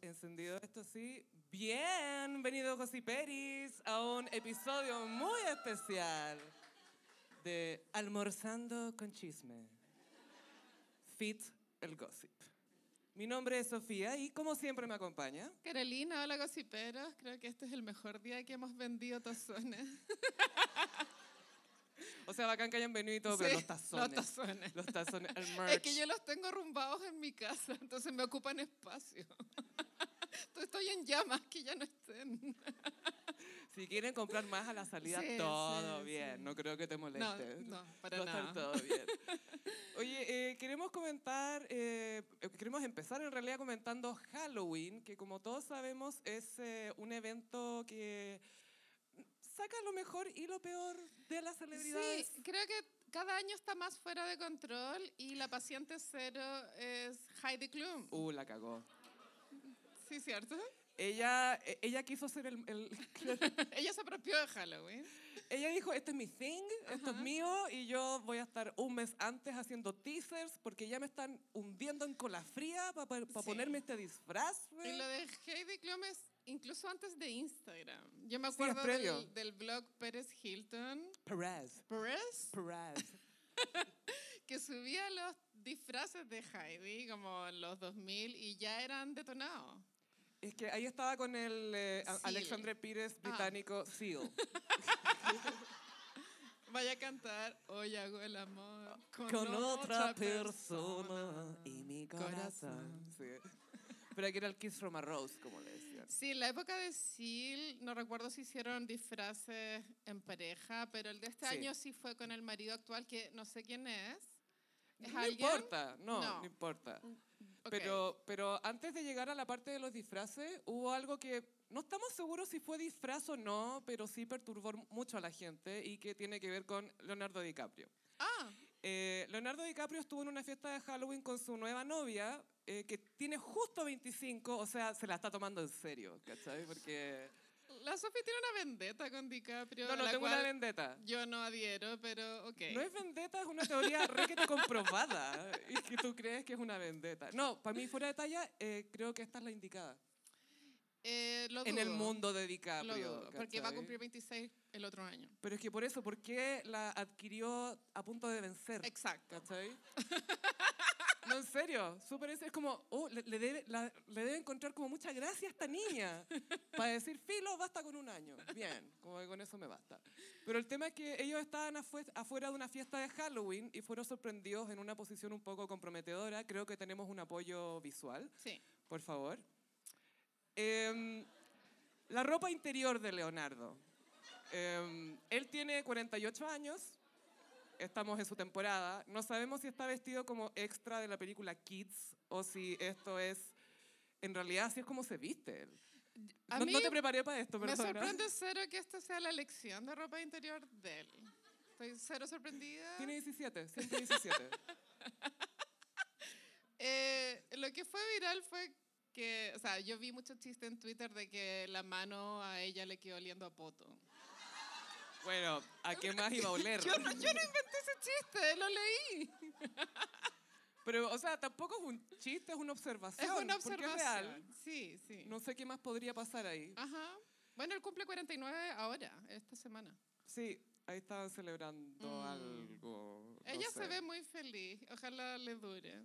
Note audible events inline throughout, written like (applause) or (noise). encendido esto sí. Bienvenido Gossiperis a un episodio muy especial de Almorzando con Chisme. Fit el Gossip. Mi nombre es Sofía y como siempre me acompaña. Carolina, hola gossiperos. Creo que este es el mejor día que hemos vendido tazones. O sea, bacán que hayan venido y todo, pero Sí, los tazones. Los tazones. Los tazones, el merch. (laughs) Es que yo los tengo rumbados en mi casa, entonces me ocupan espacio. (laughs) Entonces estoy en llamas, que ya no estén. Si quieren comprar más a la salida, Sí, todo sí, bien. sí. No creo que te moleste. no, para Va a estar nada. todo bien. (laughs) Oye, eh, queremos comentar, eh, queremos empezar en realidad comentando Halloween, que como todos sabemos es eh, un evento que saca lo mejor y lo peor de las celebridades. Sí, creo que cada año está más fuera de control y la paciente cero es Heidi Klum. Uh, la cagó. Sí, ¿cierto? (laughs) Ella, eh, ella quiso ser el, (laughs) el- Ella se apropió de Halloween. Ella dijo, este es mi thing, esto es mío, y yo voy a estar un mes antes haciendo teasers porque ya me están hundiendo en cola fría para Sí. ponerme este disfraz. güey". Y lo de Heidi Klum es incluso antes de Instagram. Yo me Sí, es acuerdo previo. del, del blog Pérez Hilton. Perez, Perez, Perez. que subía los disfraces de Heidi como en los 2000 y ya eran detonados. Es que ahí estaba con el eh, a- Seal. Ah. Alexandre Pires británico Seal. Vaya a cantar, hoy hago el amor (laughs) con, Con otra persona. persona y mi corazón. Corazón. Sí. Pero aquí era el Kiss from a Rose, como le decían. Sí, la época de Seal, no recuerdo si hicieron disfraces en pareja, pero el de este Sí. año sí fue con el marido actual, que no sé quién es. ¿Es No alguien? importa, no, no, No. importa. Ok. Pero, pero antes de llegar a la parte de los disfraces, hubo algo que no estamos seguros si fue disfraz o no, pero sí perturbó mucho a la gente y que tiene que ver con Leonardo DiCaprio. Ah, Eh, Leonardo DiCaprio estuvo en una fiesta de Halloween con su nueva novia, eh, que tiene justo 25, o sea, se la está tomando en serio, ¿cachai? Porque... la Sophie tiene una vendetta con DiCaprio. No, no, a la tengo una cual vendetta. Yo no adhiero, pero ok. No es vendetta, es una teoría requete comprobada (laughs) y que tú crees que es una vendetta. No, para mí fuera de talla, eh, creo que esta es la indicada. Eh, lo en el dudo. mundo de Lo DiCaprio. dudo, porque va a ¿cachai? cumplir 26 el otro año. Pero es que por eso, ¿por qué la adquirió a punto de vencer? Exacto. ¿Cachai? (laughs) No, en serio, súper es, es como, oh, le, le debe, la- le debe encontrar como mucha gracia a esta niña para decir, filo, basta con un año. Bien, como que con eso me basta. Pero el tema es que ellos estaban afue- afuera de una fiesta de Halloween y fueron sorprendidos en una posición un poco comprometedora. Creo que tenemos un apoyo visual. Sí. Por favor. Em, la ropa interior de Leonardo. Em, él tiene 48 años. Estamos en su temporada. No sabemos si está vestido como extra de la película Kids o si esto es. En realidad, así es como se viste él. A No, mí no te preparé para esto, me perdona. sorprende cero que esta sea la elección de ropa interior de él. Estoy cero sorprendida. Tiene 17, siempre 17. Eh, lo que fue viral fue que, o sea, yo vi muchos chistes en Twitter de que la mano a ella le quedó oliendo a poto. bueno, ¿a qué más iba a oler? Yo no, yo no inventé ese chiste, lo leí. Pero, o sea, tampoco es un chiste, es una observación. Es una porque observación. real. Sí, sí. No sé qué más podría pasar ahí. Ajá. Bueno, él cumple 49 ahora, esta semana. Sí, ahí estaban celebrando algo. no Mm. Ella sé. se ve muy feliz. Ojalá le dure.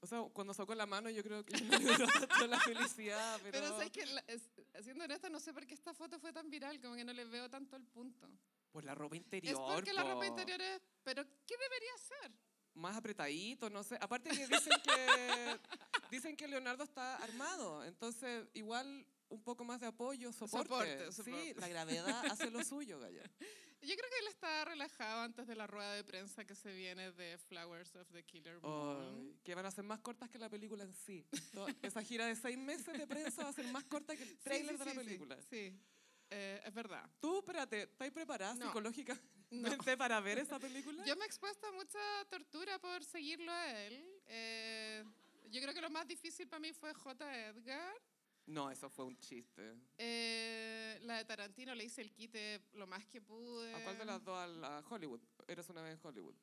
O sea, cuando sacó la mano, yo creo que (laughs) no duró tanto la felicidad, pero. Pero, sabes que, la- es- siendo honesta, no sé por qué esta foto fue tan viral, como que no le veo tanto el punto. Pues la ropa interior. Es porque la po. ropa interior es. Pero, ¿qué debería ser? Más apretadito, no sé. Aparte que dicen (laughs) que. dicen que Leonardo está armado, entonces igual un poco más de apoyo, soporte. Soporte, Sí, soporte. la gravedad hace lo suyo, (laughs) Gaya. Yo creo que él está relajado antes de la rueda de prensa que se viene de Flowers of the Killer Moon. Ay, que van a ser más cortas que la película en sí. To- Esa gira de seis meses de prensa va a ser más corta que el Sí, trailer sí, de sí, la sí, película. Sí, Eh, (laughs) es verdad. Tú, espérate, ¿estás preparada No. psicológicamente para ver esa película? Yo me he expuesto a mucha tortura por seguirlo a él. Eh, yo creo que lo más difícil para mí fue J. Edgar. No, eso fue un chiste. Eh, la de Tarantino le hice el quite lo más que pude. ¿A cuál de las dos? A la Hollywood. Eres una vez en Hollywood.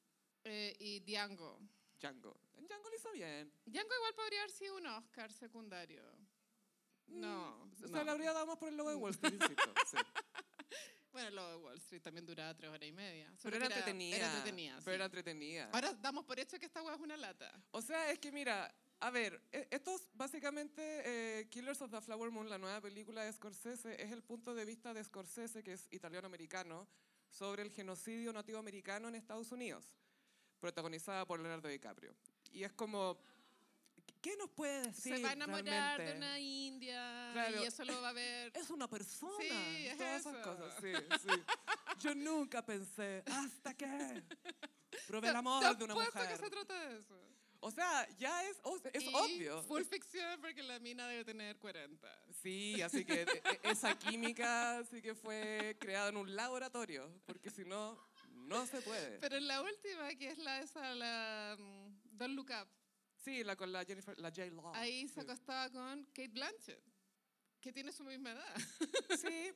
Eh, y Django. Django. En Django lo hizo bien. Django igual podría haber sido un Oscar secundario. No, Mm, O sea, no. le habría dado más por el logo de Wall Street, insisto, sí. Bueno, lo de Wall Street también duraba tres horas y media. solo (laughs) Pero era que entretenida. Era entretenida, sí. Pero era entretenida. Ahora damos por hecho que esta hueá es una lata. O sea, es que mira, a ver, e- estos básicamente eh, Killers of the Flower Moon, la nueva película de Scorsese, es el punto de vista de Scorsese, que es italiano-americano, sobre el genocidio nativoamericano en Estados Unidos, protagonizada por Leonardo DiCaprio. Y es como, ¿qué nos puede decir? Se va a enamorar realmente? de una india Claro. y eso lo va (laughs) a ver. Es una persona. Sí, es todas esas eso. cosas. Sí, sí. Yo nunca pensé, ¿hasta (laughs) que Probé el Te- amor te de una apuesto que mujer. se trata de eso. O sea, ya es, o sea, es Y obvio. Full ficción porque la mina debe tener 40. Sí, así que e- e- esa química sí que fue creada en un laboratorio, porque si no, no se puede. Pero en la última, que es la esa, la mm, Don't Look Up, Sí, la con la Jennifer, la J. Law. ahí se Oh, sí. acostaba con Kate Blanchett, que tiene su misma (laughs) edad. Sí, sí,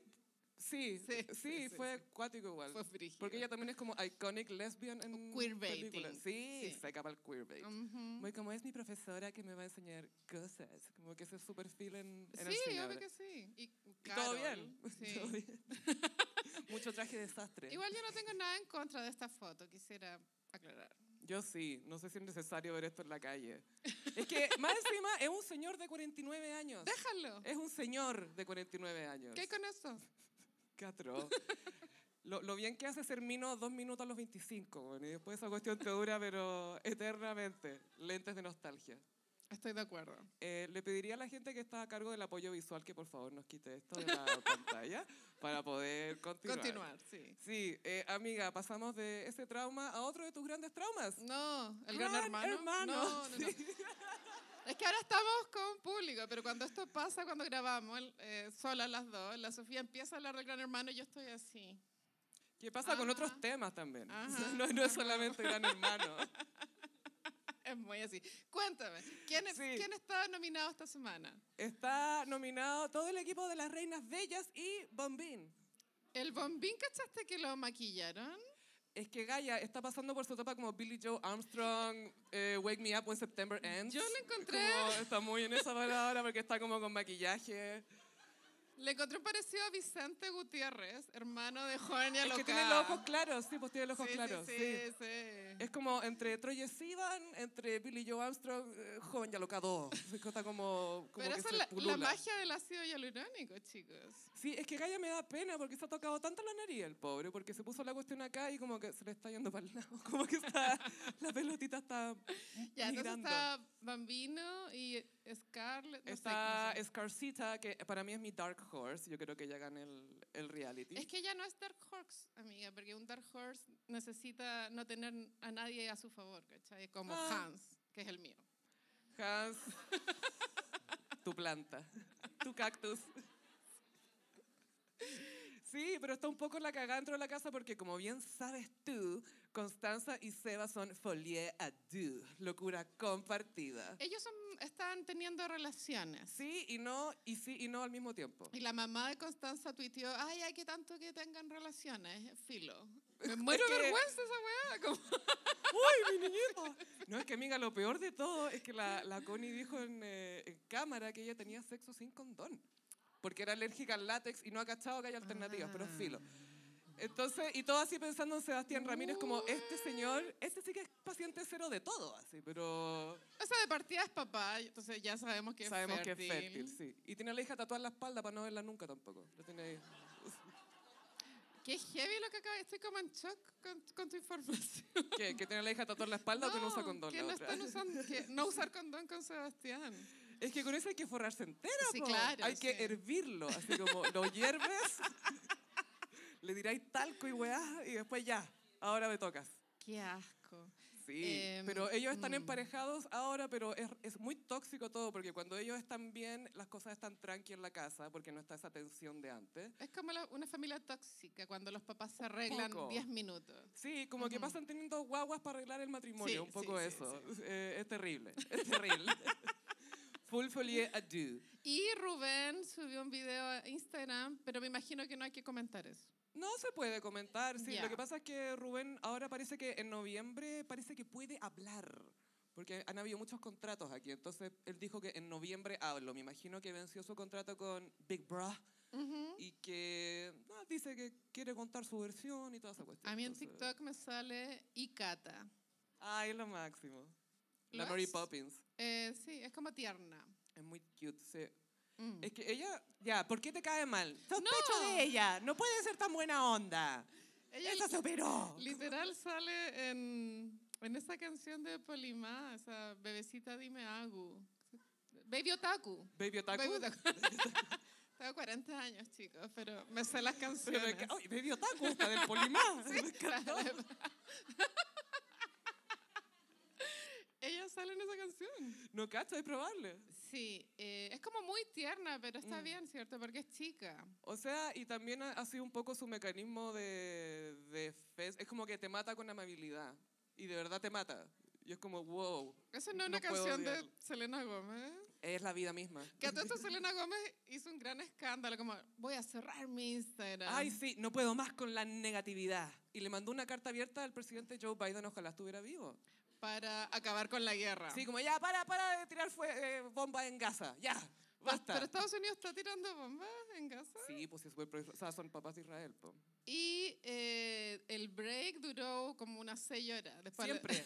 Sí, sí, sí, sí, fue acuático igual. Fue frígido. porque ella también es como iconic lesbian en Queerbaiting, películas. Sí, sí. se acaba el queerbait. Ujú. Muy como es mi profesora que me va a enseñar cosas, como que ese super feel en, en el Sí, cine obvio ahora. que sí. Y, Y todo Carol, bien. sí. (laughs) todo bien. Mucho traje desastre. Igual yo no tengo nada en contra de esta foto, quisiera aclarar. Yo sí, no sé si es necesario ver esto en la calle. Es que (laughs) más encima es un señor de 49 años. Déjalo. Es un señor de 49 años. ¿Qué hay con eso? Qué atroz. (laughs) Lo, lo bien que hace ser mino dos minutos a los 25, bueno, y después esa cuestión te dura, pero eternamente. Lentes de nostalgia. Estoy de acuerdo. Eh, le pediría a la gente que está a cargo del apoyo visual que por favor nos quite esto de (laughs) la pantalla para poder continuar. Continuar, sí. Sí, eh, amiga, pasamos de ese trauma a otro de tus grandes traumas. No, el gran, Gran hermano. hermano, No, no, no. (laughs) Es que ahora estamos con público, pero cuando esto pasa, cuando grabamos el- eh, solas las dos, la Sofía empieza a hablar del gran hermano y yo estoy así. (laughs) Que pasa con otros Ajá. temas también. Ajá, O sea, (laughs) no, no es ajá. solamente (laughs) Gran Hermano. Es muy así. Cuéntame, ¿quién, es- Sí. ¿quién está nominado esta semana? Está nominado todo el equipo de las Reinas Bellas y Bombín. ¿El bombín cachaste que lo maquillaron? Es que Gaia está pasando por su etapa como Billy Joe Armstrong, eh, Wake Me Up When September Ends. Yo lo encontré. Como está muy en esa palabra ahora porque está como con maquillaje. Le encontré un parecido a Vicente Gutiérrez, hermano de Jornia Es Loca. que tiene los ojos claros, sí, pues tiene los ojos Sí, sí, claros. Sí, sí. sí. Es como entre Troy Sivan, entre Billy Joe Armstrong, eh, joven ya locado. (laughs) Está como, como Pero que esa se es la- la, pulula. magia del ácido hialurónico, chicos. Sí, es que Gaia me da pena porque se ha tocado tanto la nariz el pobre, porque se puso la cuestión acá y como que se le está yendo para el lado, (laughs) como que está, la pelotita está Ya, entonces migrando. está Bambino y Scarlett. no sé, Está no sé. Scarcita, que para mí es mi dark horse, yo creo que ya gana el, el reality. Es que ya no es Dark Horse, amiga, porque un Dark Horse necesita no tener a nadie a su favor, ¿cachai? Como Ah. Hans, que es el mío. Hans, (laughs) tu planta, tu cactus. Sí, pero está un poco la cagada dentro de la casa porque como bien sabes tú, Constanza y Seba son folie à deux, locura compartida. Ellos son, están teniendo relaciones. Sí y no, y sí y no al mismo tiempo. Y la mamá de Constanza tuiteó, ay, hay que tanto que tengan relaciones, filo. Me muero que- de vergüenza esa weá. como- ¡Uy, mi niñito! No, es que, amiga, lo peor de todo es que la, la Connie dijo en, eh, en cámara que ella tenía sexo sin condón. Porque era alérgica al látex y no ha cachado que hay alternativas, Ah. pero filo. Entonces, y todo así pensando en Sebastián Ramírez como, este señor, este sí que es paciente cero de todo, así, pero O sea, de partida es papá, entonces ya sabemos que sabemos es fértil. que es fértil, sí. Y tiene a la hija tatuada en la espalda para no verla nunca tampoco. Lo tiene ahí. Qué heavy lo que acaba, estoy como en shock con, con tu información. ¿Qué? ¿Que tiene a la hija tatuada en la espalda o que no usa condón? que la no, otra? están usando- (laughs) que no usar condón con Sebastián. Es que con eso hay que forrarse entera, Sí, po. claro, Hay que sí. hervirlo, así como lo hierves, (laughs) le tiráis talco y weá, y después ya, ahora me tocas. Qué asco. Sí, Em, pero ellos están mm. emparejados ahora, pero es, es muy tóxico todo, porque cuando ellos están bien, las cosas están tranqui en la casa, porque no está esa tensión de antes. Es como la- una familia tóxica, cuando los papás se arreglan poco. 10 minutos. Sí, como que Ujú. pasan teniendo guaguas para arreglar el matrimonio, Sí, un poco sí, sí, eso. Eh, es terrible, es terrible. (laughs) Full folie à deux. Y Rubén subió un video a Instagram, pero me imagino que no hay que comentar eso. No se puede comentar, sí. Ya. Lo que pasa es que Rubén ahora parece que en noviembre parece que puede hablar. porque han habido muchos contratos aquí. Entonces, él dijo que en noviembre hablo. Me imagino que venció su contrato con Big Bra Ujú. y que no, dice que quiere contar su versión y toda esa cuestión. A mí en Entonces- TikTok me sale Ikata. Ay, es lo máximo. La ¿Lo Mary es? Poppins. Eh, sí, es como tierna. Es muy cute, sí. Mm. Es que ella, ya, ¿por qué te cae mal? No. Sospecho de ella, no puede ser tan buena onda. Ella Ella superó. literal sale en, en esa canción de Polimá, esa bebecita dime Agu. Baby Otaku. Baby Otaku. Baby Otaku. (laughs) Tengo 40 años, chicos, pero me sé las Pero canciones. me ca- Ay, Baby Otaku, esta del (laughs) Polimá. Me encantó. Ella sale en esa canción. No cacho, hay que probarle. Sí, eh, es como muy tierna, pero está Mm. bien, ¿cierto? Porque es chica. O sea, y también ha, ha sido un poco su mecanismo de, de fe. Es como que te mata con amabilidad. Y de verdad te mata. Y es como, wow, Eso no es No una puedo canción de odiarla. Selena Gómez. es la vida misma. Que a todo esto Selena Gómez hizo un gran escándalo, como voy a cerrar mi Instagram. Ay, sí, no puedo más con la negatividad. Y le mandó una carta abierta al presidente Joe Biden, ojalá estuviera vivo. Para acabar con la guerra. Sí, como ya, para, para de tirar fue, eh, bombas en Gaza, ya, Pero- basta. Pero Estados Unidos está tirando bombas en Gaza. Sí, pues sí, súper pro- o sea, son papás de Israel. po. Y eh, el break duró como unas seis horas. Después Siempre, (laughs)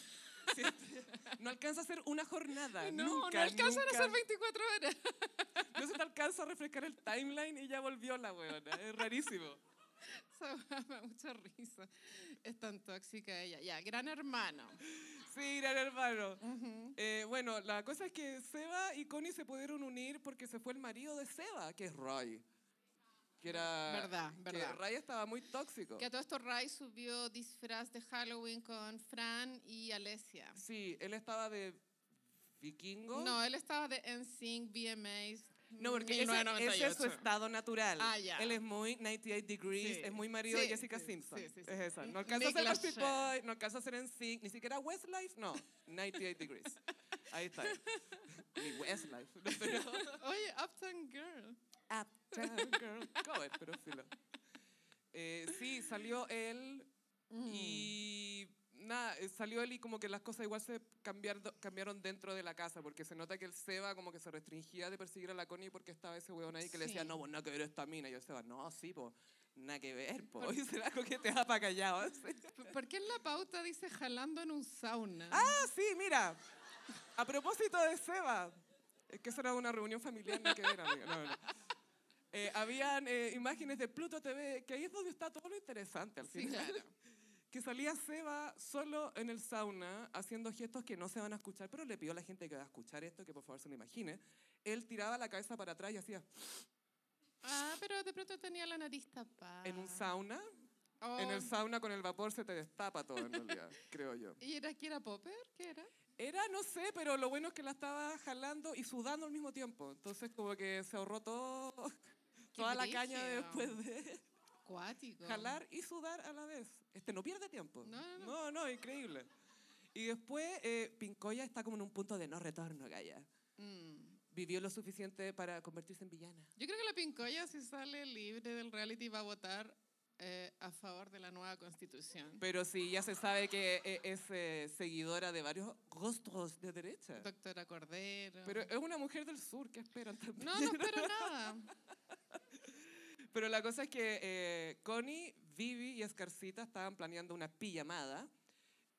siempre. No alcanza a ser una jornada. No, nunca, no alcanzan nunca. a ser 24 horas. No (laughs) se te alcanza a refrescar el timeline y ya volvió la weona. Es rarísimo. Esa weá me da mucha risa. Es tan tóxica ella. Ya, gran hermano. Sí, gran hermano. Ujú. Eh, bueno, la cosa es que Seba y Connie se pudieron unir porque se fue el marido de Seba, que es Ray. Que era. Verdad, que verdad. Ray estaba muy tóxico. Que a todo esto Ray subió disfraz de Halloween con Fran y Alesia. Sí, él estaba de vikingo. No, él estaba de NSYNC, VMAs. No, porque ese- ese es su 1998. estado natural. Ah, ya. Él es muy 98 Degrees, Sí. es muy marido Sí, de Jessica sí, Simpson. sí, sí, sí. Es esa. No Mm, alcanza a ser Nicolas Backstreet Shea. Boy, no alcanza a ser NSYNC, ni siquiera Westlife, no. 98 Degrees. Ahí está. Ni Westlife. No, pero... (laughs) Oye, Uptown Girl. Uptown Girl cover, pero filo. Eh, sí, salió él Mm. y... Nada, eh, salió él y como que las cosas igual se cambiaron, cambiaron dentro de la casa, porque se nota que el Seba como que se restringía de perseguir a la Connie porque estaba ese huevón ahí que le decía, Sí. no, pues nada que ver esta mina. Y yo Seba, no, sí, pues nada que ver, po. (laughs) Por- Y se la coqueteaba para callado. (laughs) así. Mm. P- ¿Por qué en la pauta dice jalando en un sauna? Ah, sí, mira. A propósito de Seba, es que eso era una reunión familiar, nada que ver, amiga. No, no. Eh, habían eh, imágenes de Pluto TV, que ahí es donde está todo lo interesante al sí, final. claro. Que salía Seba solo en el sauna haciendo gestos que no se van a escuchar, pero le pidió a la gente que va a escuchar esto, que por favor se lo imagine. Él tiraba la cabeza para atrás y hacía Ah, pero de pronto tenía la nariz tapada. en un sauna. Oh, En el sauna con el vapor se te destapa todo en (laughs) realidad, creo yo. ¿Y era que era Popper? ¿Qué era? Era, no sé, pero lo bueno es que la estaba jalando y sudando al mismo tiempo. Entonces como que se ahorró todo, toda la caña brígido. después de Cuático. jalar y sudar a la vez. Este no pierde tiempo. No, no, no. no, no, increíble. Y después eh, Pincoya está como en un punto de no retorno, Gaya. Mm. Vivió lo suficiente para convertirse en villana. Yo creo que la Pincoya, si sale libre del reality, va a votar eh, a favor de la nueva constitución. Pero sí, ya se sabe que eh, es eh, seguidora de varios rostros de derecha. Doctora Cordero. Pero es una mujer del sur, ¿qué esperan también? no, no (laughs) espero nada. Pero la cosa es que eh, Connie, Vivi y Escarcita estaban planeando una pijamada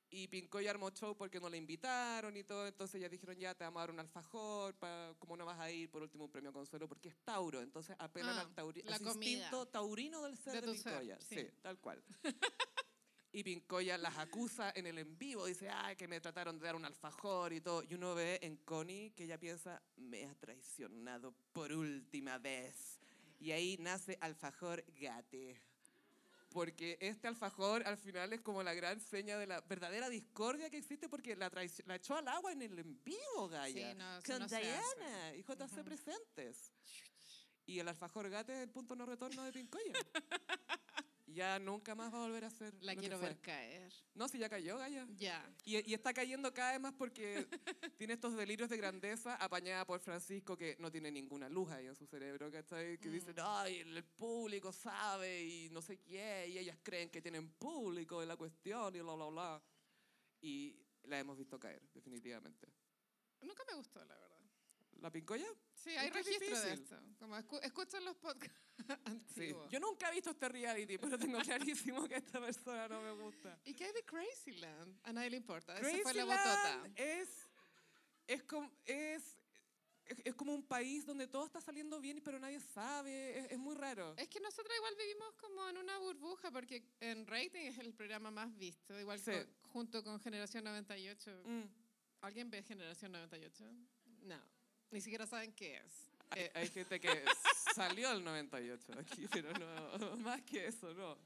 y Pincoy armó show porque no la invitaron y todo, entonces ya dijeron, ya te vamos a dar un alfajor, pa- como no vas a ir, por último un premio consuelo, porque es Tauro, entonces apelan Ah, al, tauri- la al comida. instinto taurino del ser De de, tu ser, Pincoya, sí. sí. tal cual. (laughs) Y Pincoya las acusa en el en vivo, dice, ay, que me trataron de dar un alfajor y todo. Y uno ve en Connie que ella piensa, me ha traicionado por última vez. Y ahí nace Alfajor Gate. Porque este alfajor al final es como la gran seña de la verdadera discordia que existe porque la, traici- la echó al agua en el en vivo, Gaya. Sí, no, eso con no se Diana hace. y JC presentes. Y el alfajor gate es el punto no retorno de (laughs) Pincoya. ya nunca más va a volver a ser. La lo que quiero fue. ver caer. No, si ya cayó, Gaya. Ya. Y, y está cayendo cada vez más porque tiene estos delirios de grandeza apañada por Francisco, que no tiene ninguna luz ahí en su cerebro, ¿cachai? Que dicen, ay, el el público sabe y no sé qué, y ellas creen que tienen público de la cuestión y bla, bla, bla. Y la hemos visto caer, definitivamente. Nunca me gustó, la verdad. ¿La pincoya? Sí, Es hay que es registro de difícil. esto. Como escu- escuchan los podcasts (laughs) antiguos. Yo nunca he visto este reality, pero tengo clarísimo que esta persona no me gusta. ¿Y qué hay de Crazyland? A nadie le importa. Esa fue la botota. Crazyland es, es, com- es, es, es como un país donde todo está saliendo bien, pero nadie sabe. Es, es muy raro. Es que nosotros igual vivimos como en una burbuja, porque en rating es el programa más visto, igual Sí. co- junto con Generación 98. Mm. ¿Alguien ve Generación 98? No, ni siquiera saben qué es. Hay, Eh, hay gente que salió el 98 aquí, pero no, más que eso, no.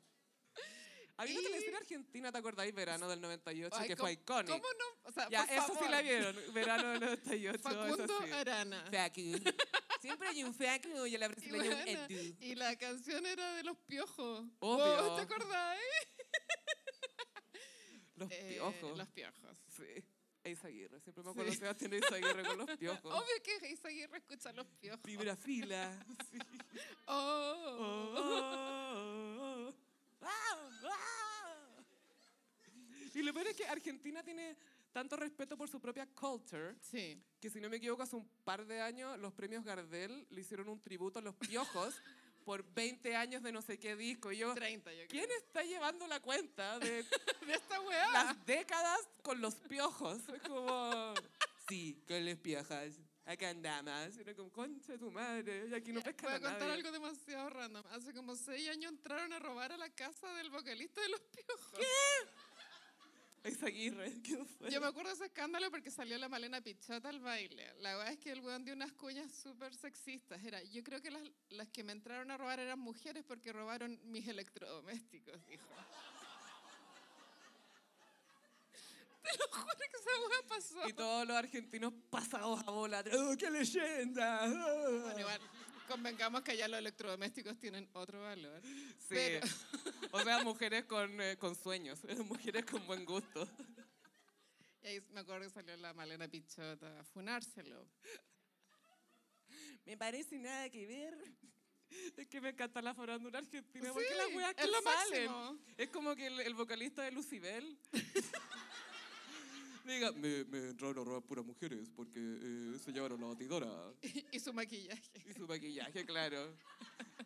Había una Y- televisión argentina, ¿te acordáis? Verano del 98, ay, que ¿cómo- fue icónico. ¿Cómo no? O sea, Ya, por eso sí favor. la vieron, verano del 98. Facundo eso sí. Arana. Facu. Siempre hay un facu y a la Y, brasileña hay un bueno, edu. y la canción era de los piojos. Obvio. ¿Te acordáis? Los Eh, piojos. los piojos. Sí. Eis Aguirre. Siempre me acuerdo Sí. que va a tener Eis Aguirre con los piojos. (laughs) Obvio que Isaguirre escucha los piojos. Primera fila. Sí. (laughs) Oh, Oh. oh, oh, oh. Ah, ah. Y lo peor es que Argentina tiene tanto respeto por su propia culture Sí. que si no me equivoco hace un par de años los premios Gardel le hicieron un tributo a los piojos por 20 años de no sé qué disco. Y yo, 30, yo creo. Oh. ¿quién está llevando la cuenta de de esta weá? las décadas con los piojos. Es como, sí, con los piojos. Acá andamos. Y era como, concha de tu madre. Y aquí no (laughs) pescan Voy a a contar nadie. algo demasiado random. Hace como seis años entraron a robar a la casa del vocalista de Los Piojos. Es Aguirre. ¿Qué fue? Yo me acuerdo de ese escándalo porque salió la Malena Pichota al baile. La verdad es que el weón dio unas cuñas súper sexistas. Era, yo creo que las, las que me entraron a robar eran mujeres porque robaron mis electrodomésticos, dijo. (laughs) Te lo juro que esa weá pasó. Y todos los argentinos pasados a bola. ¡Oh, qué leyenda! ¡Oh! Bueno, igual, convengamos que allá los electrodomésticos tienen otro valor. sí. pero- O sea, mujeres con, eh, con sueños. (laughs) Mujeres con buen gusto. Y ahí me acuerdo que salió la Malena Pichota a funárselo. Me parece nada que ver. Es que me encanta la farándula argentina. Sí, porque las weas que es lo salen. máximo. Es como que el, el vocalista de Lucibel. (laughs) Diga, me, me entraron a robar puras mujeres porque eh, se llevaron la batidora (laughs) y su maquillaje. y su maquillaje, claro.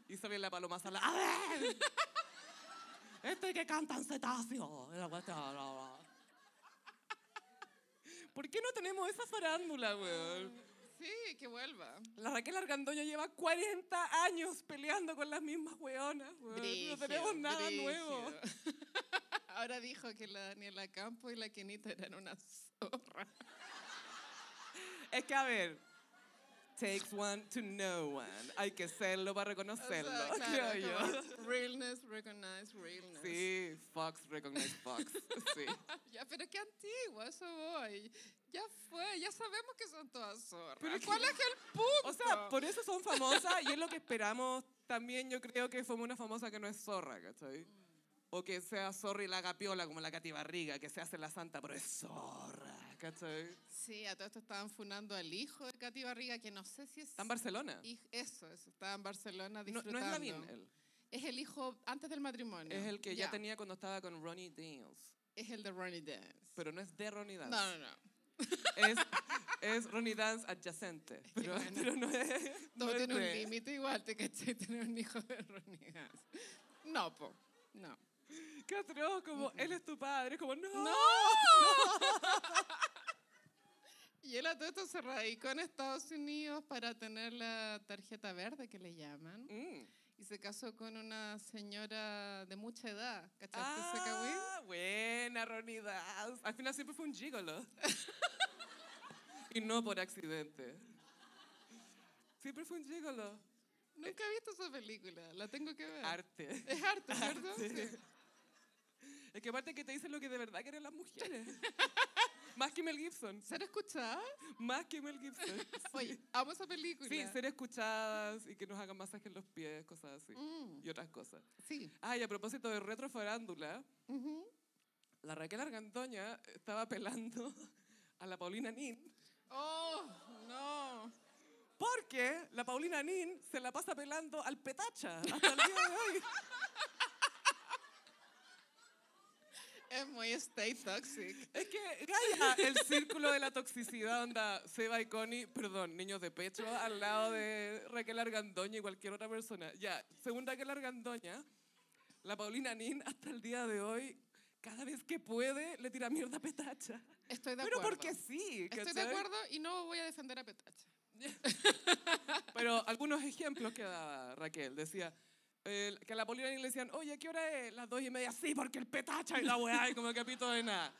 Y sale la paloma sala. ¡A ver! Este que cantan cetáceo. La cuestión, la, la. ¿Por qué no tenemos esa farándula, weón? Sí, que vuelva. La Raquel Argandoña lleva 40 años peleando con las mismas weonas. weón. Brígido, no tenemos nada brígido. nuevo. (laughs) Ahora dijo que la Daniela Campo y la Kenita eran una zorra. Es que, a ver, takes one to know one. Hay que serlo para O sea, reconocerlo, claro, (laughs) creo yo. como Realness, recognize realness. Sí, Fox recognize Fox. Sí. (laughs) Ya, pero qué antigua, eso voy. Ya fue, ya sabemos que son todas zorras. Pero es que- ¿Cuál es el punto? O sea, por eso son famosas y es lo que esperamos también. Yo creo que fue una famosa que no es zorra, ¿cachai? O que sea zorra y la gapiola como la Katy Barriga, que se hace la santa, pero es zorra, ¿cachai? Sí, a todo esto estaban funando al hijo de Katy Barriga, que no sé si es... Está en Barcelona. hij- Eso, eso, estaba en Barcelona No, disfrutando. no es Lavín, él. Es el hijo antes del matrimonio. Es el que ya Ya. tenía cuando estaba con Ronnie Dales. Es el de Ronnie Dance. Pero no es de Ronnie no, Dales. no, no. Es, es Ronnie Dance adyacente. Pero, bueno. pero no es. Todo no es tiene de- un límite igual, te caché (laughs) tener un hijo de Ronnie Dance. No, po. No. Qué atroz, como él es tu padre. Como no. Y él a todo esto se radicó en Estados Unidos para tener la tarjeta verde que le llaman. Mm. Y se casó con una señora de mucha edad. ¿Cachaste ese cagüín? Ah, buena Ronnie Dance. Al final siempre fue un gigolo. y no por accidente. Siempre fue un gigolo. Nunca he visto esa película, la tengo que ver. Arte. es arte, ¿cierto? Arte. Sí. Es que aparte que te dicen lo que de verdad quieren las mujeres. (laughs) Más que Mel Gibson. ¿Ser escuchada? Más que Mel Gibson. Oye, amo esa película. Sí, ser escuchadas y que nos hagan masajes en los pies, cosas así. Mm, Y otras cosas. sí. Ah, y a propósito de retrofarándula, Ujú. la Raquel Argandoña estaba pelando a la Paulina Nin. Oh, no. Porque la Paulina Nin se la pasa pelando al petacha hasta el día de hoy. Es muy stay toxic. (laughs) Es que, Gaia, el círculo de la toxicidad, onda, Seba y Connie, perdón, niños de pecho, al lado de Raquel Argandoña y cualquier otra persona. Ya, según Raquel Argandoña, la Paulina Nin, hasta el día de hoy, cada vez que puede, le tira mierda a Petacha. Estoy de Pero acuerdo. porque sí, Estoy de ¿cachai? acuerdo y no voy a defender a Petacha. Pero algunos ejemplos que daba Raquel. Decía eh, que a la Paulina Nin le decían, oye, ¿qué hora es? Las dos y media. Sí, porque el petacha y la weá, y como que pito de nada.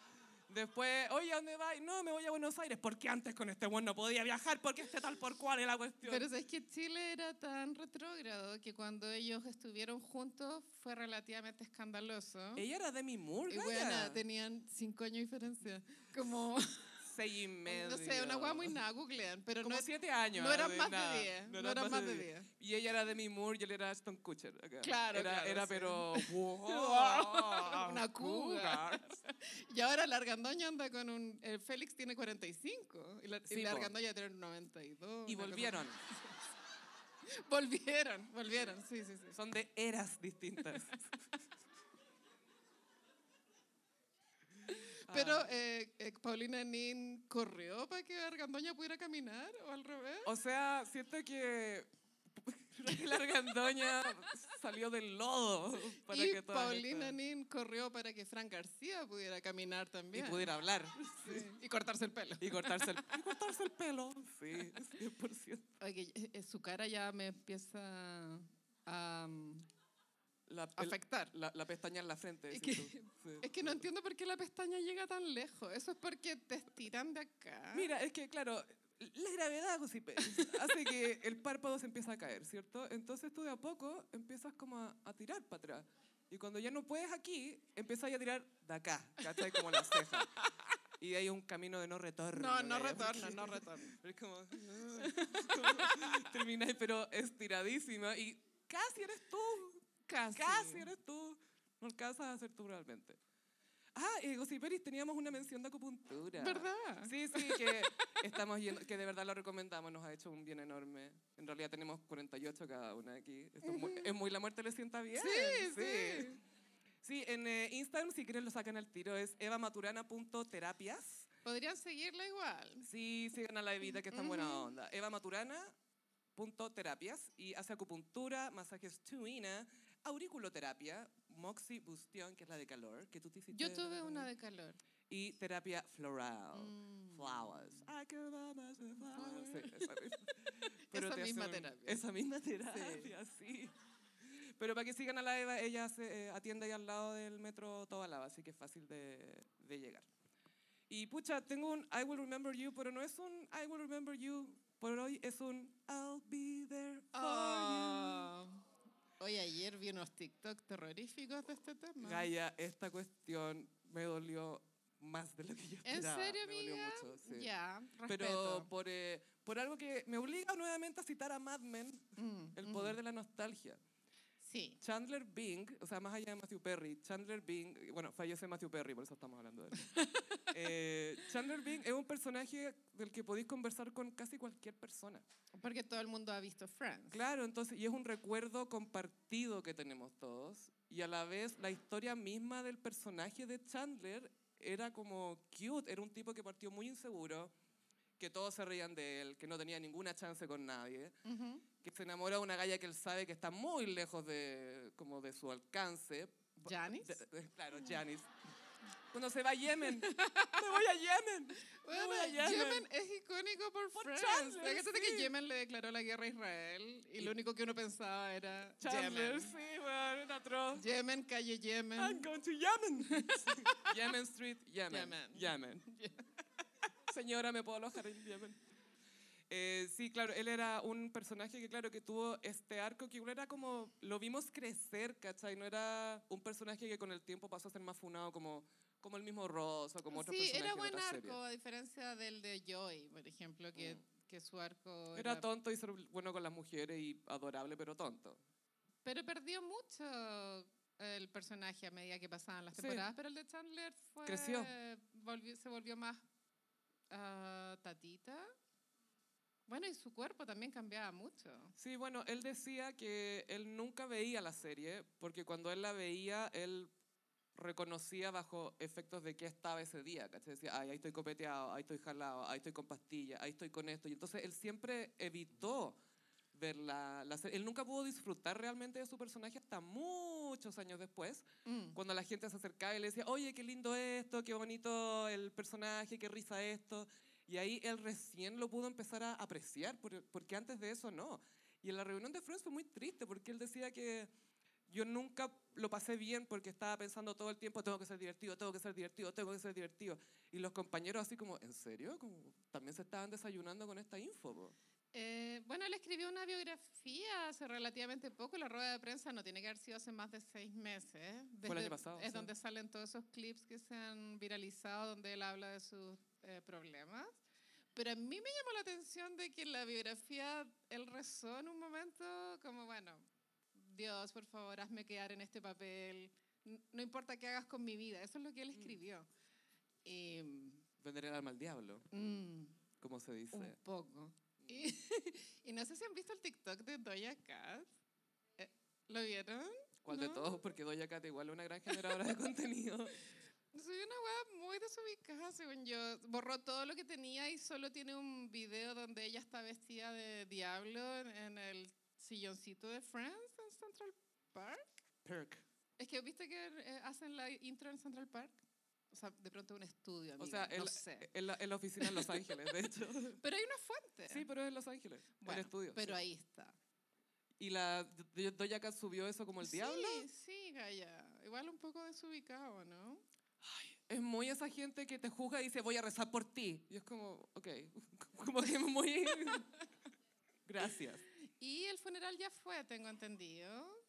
Después, oye, ¿a dónde vas? No, me voy a Buenos Aires. Porque antes con este weón no podía viajar, porque este tal por cual es la cuestión. Pero es que Chile era tan retrógrado que cuando ellos estuvieron juntos fue relativamente escandaloso. Ella era Demi Moore, Y Gaya. bueno, tenían cinco años de diferencia. (laughs) Como, Seis y medio. no sé, una guagua muy nada, googlean, pero Como no, siete años. no eran de más nada. de diez. No eran más de diez. Y ella era Demi Moore y él era Aston Kutcher. acá. Claro, Era, claro, era sí. (laughs) pero... Wow, una cougar. cougar. Y ahora la Argandoña anda con un... El Félix tiene 45 y la, y Sí, la po. Argandoña tiene 92. Y una cosa- volvieron. Volvieron, volvieron, sí, sí, sí. Son de eras distintas. (laughs) Pero Ah. eh, eh, Paulina Nin corrió para que Argandoña pudiera caminar o al revés. O sea, siento que la argandoña salió del lodo para y que todas Paulina estas- Nin corrió para que Frank García pudiera caminar y también. pudiera hablar Sí, y cortarse el pelo. y cortarse el, y cortarse el pelo. Sí, 100%. Oye, eh, eh, su cara ya me empieza a um, La, el- afectar. la, la pestaña en la frente. Es decís que- tú. Sí. Es que no entiendo por qué la pestaña llega tan lejos. Eso es porque te estiran de acá. Mira, es que claro, la gravedad Josipe, hace que el párpado se empieza a caer, ¿cierto? Entonces tú de a poco empiezas como a, a tirar para atrás. Y cuando ya no puedes aquí, empiezas ya a tirar de acá, ¿cachai? Como la ceja. Y hay un camino de no retorno. No, no ¿cachai? retorna, no retorna. Es como... (laughs) Termináis, pero estiradísima. Y casi eres tú. Casi. Casi eres tú. No alcanzas a ser tú realmente. Ah, eh, Gossiperis, teníamos una mención de acupuntura. ¿Verdad? Sí, sí, que estamos yendo, que de verdad lo recomendamos, nos ha hecho un bien enorme. En realidad tenemos 48 cada una aquí. Esto es, muy, es muy la muerte le sienta bien. Sí, sí. Sí, en eh, Instagram, si quieren lo sacan al tiro, es evamaturana.terapias. Podrían seguirla igual. Sí, sigan a la Evita, que es tan buena Ujú. onda. evamaturana.terapias y hace acupuntura, masajes tuina, auriculoterapia, moxibustión, que es la de calor, que tú te hiciste. Yo tuve una de calor. Y terapia floral. Mm. Flowers. I can buy Ah, myself flowers. Sí, (laughs) esa misma. Esa te hace misma un- terapia. Esa misma terapia, sí. Pero para que sigan a la Eva, ella se, eh, atiende ahí al lado del metro Tobalaba, así que es fácil de, de llegar. Y pucha, tengo un I will remember you, pero no es un I will remember you. Por hoy es un I'll be there for Ah. Oh, Hoy ayer vi unos TikTok terroríficos de este you. tema. Gaia, esta cuestión me dolió más de lo que yo ¿En esperaba. serio, me dolió amiga? mucho, sí. Ya, Pero respeto. por, eh, por algo que me obliga nuevamente a citar a Mad Men, Mm, el mm. poder de la nostalgia. Sí. Chandler Bing, o sea, más allá de Matthew Perry, Chandler Bing, y bueno, fallece Matthew Perry, por eso estamos hablando de él. Eh, Chandler Bing es un personaje del que podéis conversar con casi cualquier persona. Porque todo el mundo ha visto Friends. Claro, entonces, y es un recuerdo compartido que tenemos todos, y a la vez la historia misma del personaje de Chandler era como cute, era un tipo que partió muy inseguro, que todos se reían de él, que no tenía ninguna chance con nadie, Ujú. que se enamora de una galla que él sabe que está muy lejos de, como de su alcance. ¿Janis? De- de- claro, Janis. Cuando se va a Yemen, (laughs) me voy a Yemen. Bueno, voy a Yemen. Yemen. es icónico por, Por Friends. Chandler, Fíjate que sí. Yemen le declaró la guerra a Israel y lo único que uno pensaba era Chandler, Ah, Yemen. sí, weón, era atroz. Yemen, calle Yemen. I'm going to Yemen. (laughs) Yemen Street, Yemen. Yemen. Yemen. (laughs) Señora, ¿me puedo alojar en Yemen? Eh, sí, claro, él era un personaje que, claro, que tuvo este arco que igual era como, lo vimos crecer, ¿cachai? No era un personaje que con el tiempo pasó a ser más funado como, como el mismo Ross o como otro sí, personaje era de buen otras arco, series. a diferencia del de Joy, por ejemplo, que, que su arco Mm. Era tonto y ser bueno con las mujeres y adorable, pero tonto. Pero perdió mucho el personaje a medida que pasaban las Sí. temporadas, pero el de Chandler fue, Creció. volvió- se volvió más ah, tatita. Bueno, y su cuerpo también cambiaba mucho. Sí, bueno, él decía que él nunca veía la serie, porque cuando él la veía, él reconocía bajo efectos de qué estaba ese día. ¿cachai? Decía, ay, ahí estoy copeteado, ahí estoy jalado, ahí estoy con pastillas, ahí estoy con esto. Y entonces él siempre evitó ver la, la serie. Él nunca pudo disfrutar realmente de su personaje hasta muchos años después, Mm. cuando la gente se acercaba y le decía, oye, qué lindo esto, qué bonito el personaje, qué risa esto. Y ahí él recién lo pudo empezar a apreciar, por- porque antes de eso no. Y en la reunión de Friends fue muy triste, porque él decía que yo nunca lo pasé bien porque estaba pensando todo el tiempo, tengo que ser divertido, tengo que ser divertido, tengo que ser divertido. Y los compañeros así como, ¿en serio? Como, También se estaban desayunando con esta info. po?". Eh, bueno, él escribió una biografía hace relativamente poco. La rueda de prensa no tiene que haber sido hace más de seis meses. el año Desde- pasado, Es sí. donde salen todos esos clips que se han viralizado, donde él habla de sus eh, problemas. Pero a mí me llamó la atención de que en la biografía él rezó en un momento como, bueno, Dios, por favor, hazme quedar en este papel. N- No importa qué hagas con mi vida. Eso es lo que él Mm. escribió. Y, Vender el alma al diablo, mm, como se dice. un poco. Y, (laughs) y no sé si han visto el TikTok de Doja Cat. Eh, ¿Lo vieron? ¿Cuál de No. todos? Porque Doña Cata igual es una gran generadora de (laughs) contenido. Soy una weá muy desubicada, según yo. Borró todo lo que tenía y solo tiene un video donde ella está vestida de diablo en, en el silloncito de Friends en Central Park. Perk. Es que viste que eh, hacen la intro en Central Park. O sea, de pronto un estudio, O sea, amiga, eh, en, no la- sé. en la, en la oficina en Los Ángeles, de (laughs) hecho. Pero hay una fuente. Sí, pero es en Los Ángeles, en Bueno, estudios. pero ahí está. Y la Do- Doja Cat subió eso como el diablo. Sí, sí, Gaya. Igual un poco desubicado, ¿no? Es muy esa gente que te juzga y dice, voy a rezar por ti. Y es como, ok, (laughs) como que muy... (laughs) Gracias. Y el funeral ya fue, tengo entendido.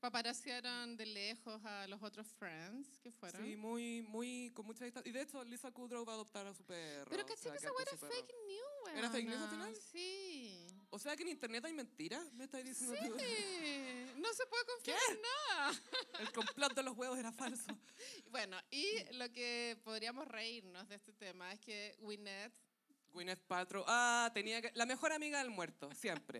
Paparaciaron de lejos a los otros friends que fueron. Sí, muy, muy, con mucha distancia. Y de hecho, Lisa Kudrow va a adoptar a su perro. Pero o caché sea, que queda esa con weá era su perro. fake news, ¿Era fake news al weona. final? Sí. O sea que en internet hay mentiras, me estáis diciendo tú. Sí. No se puede confiar ¿Qué? en nada. (laughs) El complot de los huevos era falso. Bueno, y lo que podríamos reírnos de este tema es que Winnet Gwyneth Paltrow. Ah, tenía que- La mejor amiga del muerto, (laughs) siempre.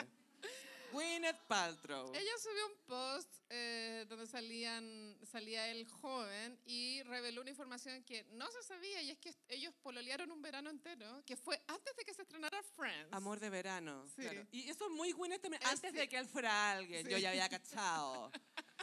Gwyneth Paltrow. Ella subió un post eh, donde salían, salía el joven y reveló una información que no se sabía y es que ellos pololearon un verano entero, que fue antes de que se estrenara Friends. Amor de verano. Pues Sí. claro. Y eso es muy Gwyneth también. Eh, Antes sí. de que él fuera alguien, yo Sí. ya había cachado.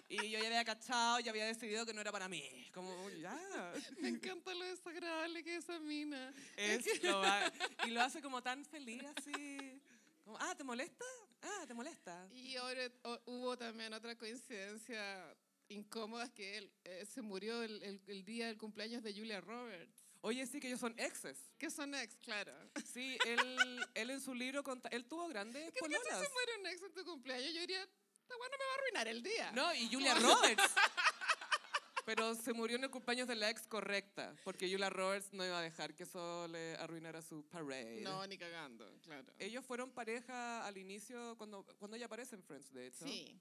Y yo ya había cachado, ya había decidido que no era para mí. Como, ya. Me encanta lo desagradable que es esa mina. Es lo va- y lo hace como tan feliz, así. Como, ah, ¿te molesta? Ah, ¿te molesta? Y ahora o- hubo también otra coincidencia incómoda es que él eh, se murió el, el- el día del cumpleaños de Julia Roberts, Oye, sí, que ellos son exes. que son ex, claro. Sí, él, él en su libro, conta- él tuvo grandes Que si pololas. se muere un ex en tu cumpleaños, yo diría, esta weá no me va a arruinar el día. No, y Julia Roberts. Pero se murió en el cumpleaños de la ex correcta, porque Julia Roberts no iba a dejar que eso le arruinara su parade. No, ni cagando, claro. Ellos fueron pareja al inicio, cuando, cuando ella aparece en Friends, de hecho. Sí.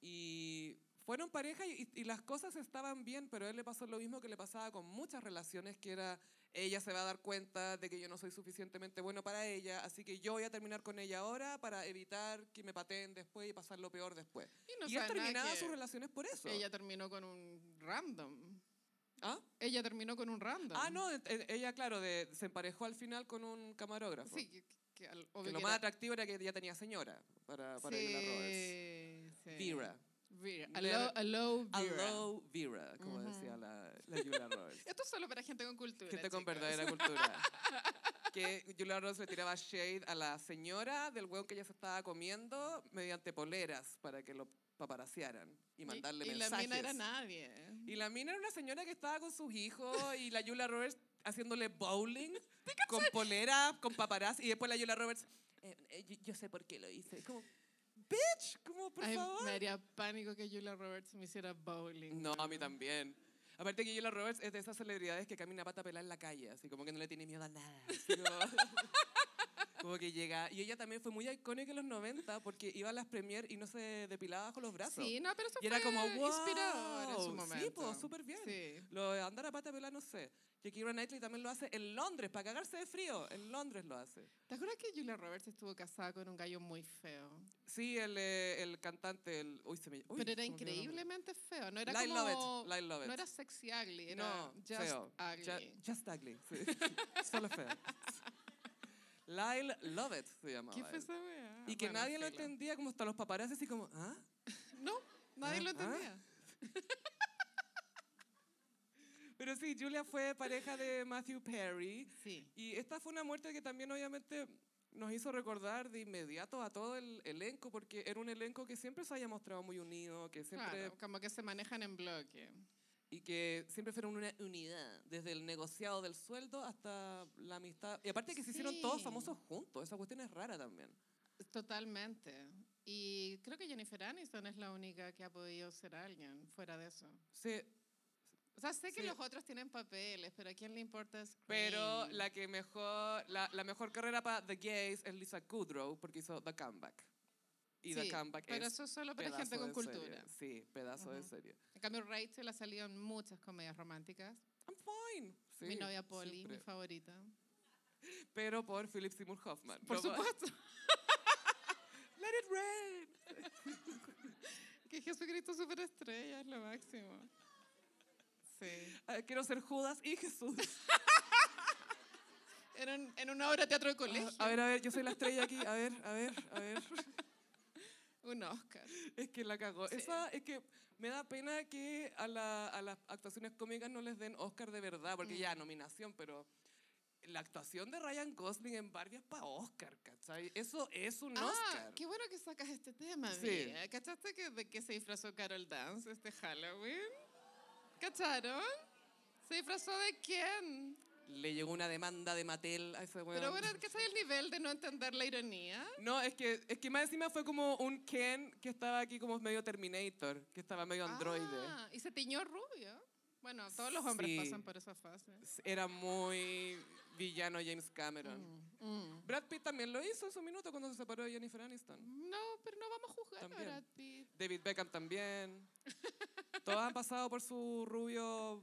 Y fueron pareja y, y las cosas estaban bien, pero a él le pasó lo mismo que le pasaba con muchas relaciones, que era, ella se va a dar cuenta de que yo no soy suficientemente bueno para ella, así que yo voy a terminar con ella ahora para evitar que me pateen después y pasar lo peor después. Y no y él sabe nada terminaba que sus relaciones por eso. Ella terminó con un random. ¿Ah? Ella terminó con un random. Ah, no, e- e- ella, claro, de- se emparejó al final con un camarógrafo. Sí, que, que al- obvio que lo que más era- atractivo era que ya tenía señora para, para sí, Julia Roberts. sí. Vera. Vera. Vera. Aló, aló, Vera. Hello, Vera, como Ujú. decía la, la Julia (laughs) Roberts. Esto es solo para gente con cultura. Gente con chicos. (laughs) verdadera cultura. Que Julia Roberts le tiraba shade a la señora del hueón que ella se estaba comiendo mediante poleras para que lo paparaciaran y mandarle y, mensajes. Y la mina era nadie. Y la mina era una señora que estaba con sus hijos y la Julia Roberts haciéndole (laughs) bowling con polera, con paparazzi. Y después la Julia Roberts, eh, eh, yo, yo sé por qué lo hice. Es Como, bitch, como por Ay, favor. me haría pánico que Julia Roberts me hiciera bowling. No, a mí también. Aparte que Julia Roberts es de esas celebridades que camina pata pelada en la calle, así como que no le tiene miedo a nada. así como, (laughs) como que llega. Y ella también fue muy icónica en los 90 porque iba a las premier y no se depilaba bajo los brazos. Sí, no, pero eso Y era fue como, inspirador en su wow, sí, momento. po, súper bien. Sí. Lo de andar a pata pelada, no sé. Que Keira Knightley también lo hace en Londres, para cagarse de frío. En Londres lo hace. ¿Te acuerdas que Julia Roberts estuvo casada con un gallo muy feo? Sí, el, eh, el cantante, el... Uy, se me... uy, pero se me olvidó era el nombre. increíblemente feo. feo, no era Like como... love it, like love it. No era sexy ugly, era no, just feo. ugly. Ju- Just ugly, (laughs) sí. Solo feo. Lyle Lovett se llamaba. ¿Qué fue él. esa wea? Y que Bueno, nadie lo filo. entendía, como hasta los paparazzi, así como, ¿ah? No, nadie Ah, ah. lo entendía. Pero sí, Julia fue pareja de Matthew Perry. Sí. Y esta fue una muerte que también obviamente nos hizo recordar de inmediato a todo el elenco, porque era un elenco que siempre se había mostrado muy unido, que siempre, Claro, como que se manejan en bloque. y que siempre fueron una unidad, desde el negociado del sueldo hasta la amistad. Y aparte que se hicieron todos Sí. famosos juntos, esa cuestión es rara también. Totalmente. Y creo que Jennifer Aniston es la única que ha podido ser alguien fuera de eso. Sí, O sea, sé que Sí. los otros tienen papeles, pero ¿a quién le importa Scream? pero la que mejor, la, la mejor carrera para The Gays es Lisa Kudrow, porque hizo The Comeback. Y The Sí, Comeback Pero es eso es solo para pedazo gente con de serie. cultura. Sí, pedazo de Ujú. serie. En cambio, Rachel ha salido en muchas comedias románticas. I'm fine. mi Sí, novia Polly, siempre. mi favorita. pero por Philip Seymour Hoffman. Por No, supuesto. (laughs) Let it rain. que Jesucristo superestrella es lo máximo. Sí. Ah, quiero ser Judas y Jesús. Era en, en una obra de teatro de (laughs) colegio. Ah, a ver, a ver, yo soy la estrella aquí. A ver, a ver, a ver. Un Oscar. Es que la cagó. Sí. Esa es que me da pena que a, la- a las actuaciones cómicas no les den Oscar de verdad, porque ya Mm. nominación, pero la actuación de Ryan Gosling en Barbie es para Oscar, ¿cachai? Eso es un Ah, Oscar. qué bueno que sacas este tema, Sí. mira. ¿Cachaste que, de que se disfrazó Carol Dance este Halloween? ¿Cacharon? ¿Se disfrazó de quién? Le llegó una demanda de Mattel a ese weón. Pero bueno, ¿cachai el nivel de no entender la ironía? No, es que, es que más encima fue como un Ken que estaba aquí como medio Terminator, que estaba medio androide. Ah, y se tiñó rubio. Bueno, todos los hombres Sí. pasan por esa fase. Era muy villano James Cameron. Mm, mm. Brad Pitt también lo hizo en su minuto cuando se separó de Jennifer Aniston. No, pero no vamos a juzgar También. a Brad Pitt. David Beckham también. Todos han pasado por su rubio,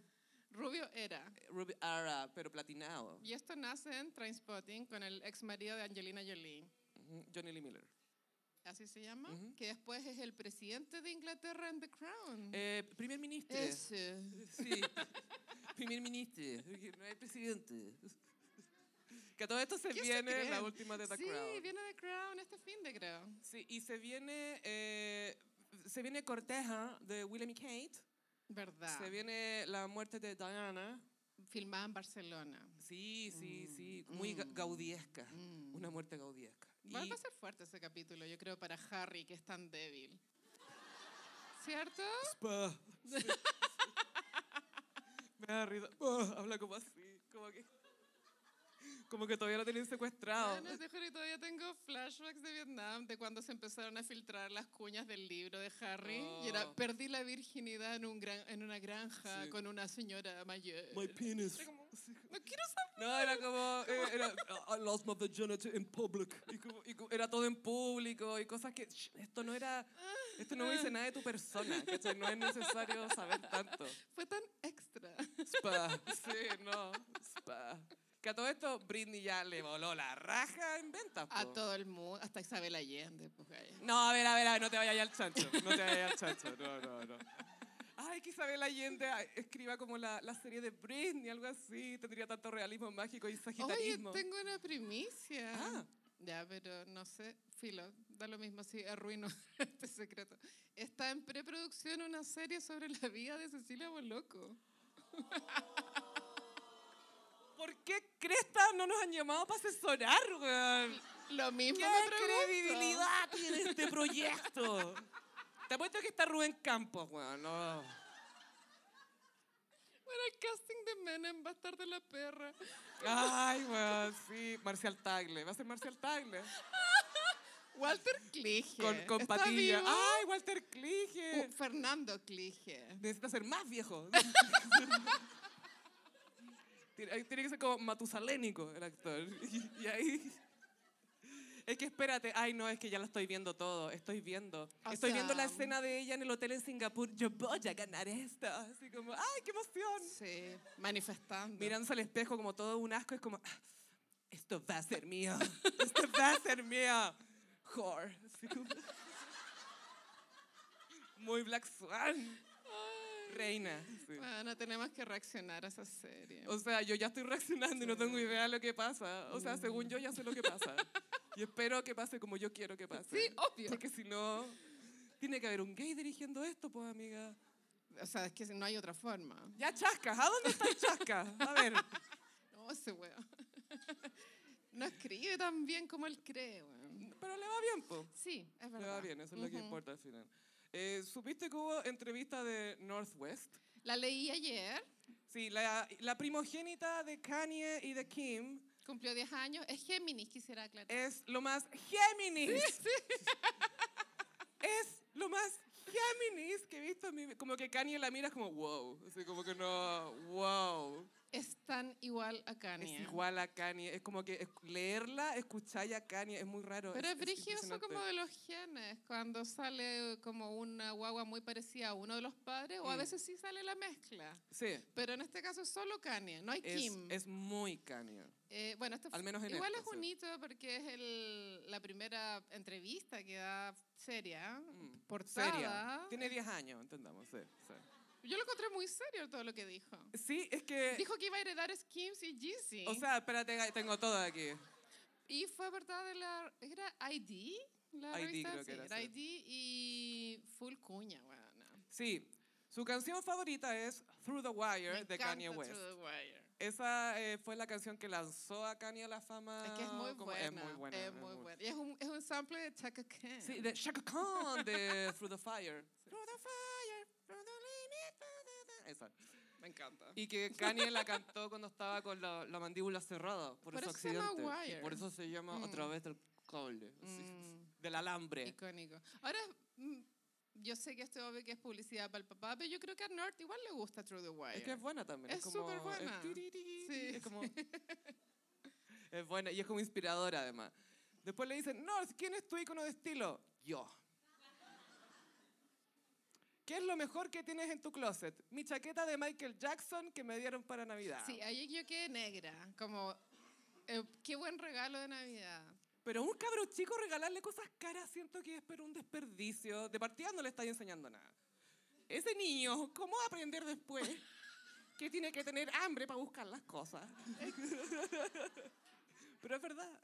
Rubio era. rubio ara, pero platinado. Y esto nace en Trainspotting con el ex marido de Angelina Jolie. Ujú, Johnny Lee Miller. Así se llama. Ujú. Que después es el presidente de Inglaterra en The Crown. Eh, primer ministro. Ese. Sí. primer ministro. No hay presidente. Que a todo esto se ¿Qué se viene la creen? última de The sí, Crown. viene The Crown este fin de creo. Sí, y se viene, eh, se viene Corteja de William y Kate. ¿Verdad? Se viene la muerte de Diana. Filmada en Barcelona. Sí, sí, sí. Mm, Muy ga- mm, gaudiesca. Mm. Una muerte gaudiesca. Va Y- va a ser fuerte ese capítulo, yo creo, para Harry, que es tan débil. ¿Cierto? Spa. Sí, sí. Me da risa. Ah, habla como así. Como que, como que todavía lo tienen secuestrado. Bueno, te juro que todavía tengo flashbacks de Vietnam, de cuando se empezaron a filtrar las cuñas del libro de Harry. Y era, Oh. perdí la virginidad en, un gran, en una granja Sí. con una señora mayor. My penis. Era como, no quiero saber. No, era como. eh, (laughs) Era, I lost my virginity in public. Y como- y como- era todo en público y cosas que. sh, Esto no era. Esto no me dice nada de tu persona. ¿cachai? No es necesario saber tanto. Fue tan extra. Spa. Sí, no. Spa. Que a todo esto, Britney ya le voló la raja en ventas. A po. todo el mundo, hasta Isabel Allende. Pues, gaya. No, a ver, a ver, a ver, no te vayas ahí al chancho. No te vayas ahí al chancho. No, no, no. Ay, que Isabel Allende ah, escriba como la, la serie de Britney, algo así. Tendría tanto realismo mágico y Oye, sagitarismo. tengo una primicia. Ah. Ya, pero no sé, filo, da lo mismo si arruino (laughs) este secreto. Está en preproducción una serie sobre la vida de Cecilia Boloco. ¿Por qué Cresta no nos han llamado para asesorar, weón? Lo mismo ¿Qué me pregunto. credibilidad tiene este proyecto? Te apuesto que está Rubén Campos, weón. No. Bueno, el casting de Menem va a estar de la perra. Ay, weón, sí. Marcial Tagle. Va a ser Marcial Tagle. Walter Clige. Con, con ¿está patilla. vivo? Ay, Walter Uh, Clige. Fernando Clige. Necesita ser más (laughs) viejo. tiene, ahí tiene que ser como matusalénico el actor. Y, y ahí. Es que espérate, ay no, es que ya la estoy viendo todo, estoy viendo. O estoy viendo la sea- escena de ella en el hotel en Singapur, yo voy a ganar esto. Así como, ay, qué emoción. Sí, manifestando. Mirándose al espejo como todo un asco, es como, "Ah, esto va a ser mío, (laughs) esto va a ser mío. Whore. Así como- Muy Black Swan. Ay, Reina. sí. Bueno, tenemos que reaccionar a esa serie. O sea, yo ya estoy reaccionando y no tengo idea de lo que pasa. O sea, según yo ya sé lo que (laughs) pasa. Y espero que pase como yo quiero que pase. Sí, obvio. Porque si no, tiene que haber un gay dirigiendo esto, pues amiga. O sea, es que no hay otra forma. Ya chascas, ¿a dónde está el chascas? A ver. No, ese weón. (laughs) No escribe tan bien como él cree, weón. Pero le va bien, po. Sí, es Le va verdad. bien, eso es lo que Ujú. importa al final. Eh, ¿Supiste que hubo entrevista de Northwest? La leí ayer, Sí, la, la primogénita de Kanye y de Kim cumplió 10 años. Es Géminis, quisiera aclarar. es lo más Géminis. (laughs) Es lo más Géminis que he visto en mi vida. Como que Kanye la mira como wow. Así como que no, wow. Es tan igual a Es Kanye. igual a Kanye. Es como que es- leerla, escuchar a Kanye es muy raro. Pero es brígido eso impresionante. como de los genes, cuando sale como una guagua muy parecida a uno de los padres, o a Mm. veces sí sale la mezcla. Sí. Pero en este caso es solo Kanye, no hay Es, Kim. es muy Kanye. Eh, bueno, esto Al fu- menos en igual esto, es un sí. hito porque es el- la primera entrevista que da seria, Mm, portada. Seria. Tiene 10 años, entendamos. Sí, sí. Yo lo encontré muy serio todo lo que dijo. Sí, es que. Dijo que iba a heredar Skims y Jeezy. O sea, espérate, ga- tengo todo aquí. y fue portada de la... ¿Era ID? La ID revista, creo que sí, era, sí. ID y full cuña, weona. Sí. Su canción favorita es Through the Wire Me de Kanye encanta West. Through the Wire. Esa eh, fue la canción que lanzó a Kanye a la fama. Es que es muy Ah, como- buena. Es muy buena. Es es muy muy- buena. Y es un, es un sample de Chaka Khan. Sí, de Shaka Khan (laughs) de Through the Fire. Through the Fire, through the limit, da, da, da. Esa. me encanta. Y que Kanye la cantó cuando estaba con la, la mandíbula cerrada por, Por ese eso se llama accidente. Y Wire. por eso se llama a Mm. través del cable, así, Mm. del alambre. Icónico. Ahora, mm, yo sé que esto obvio que es publicidad para el papá, pero yo creo que a North igual le gusta Through the Wire. Es que es buena también. Es como- superbuena. es tiriri, Sí. Es como. (laughs) es buena y es como inspiradora además. Después le dicen, North, ¿quién es tu icono de estilo? Yo. ¿Qué es lo mejor que tienes en tu closet? Mi chaqueta de Michael Jackson que me dieron para Navidad. Sí, ahí yo quedé negra, como, eh, qué buen regalo de Navidad. Pero a un cabro chico regalarle cosas caras siento que es pero un desperdicio. De partida no le estáis enseñando nada. Ese niño, ¿cómo va a aprender después que tiene que tener hambre para buscar las cosas? (laughs) pero es verdad.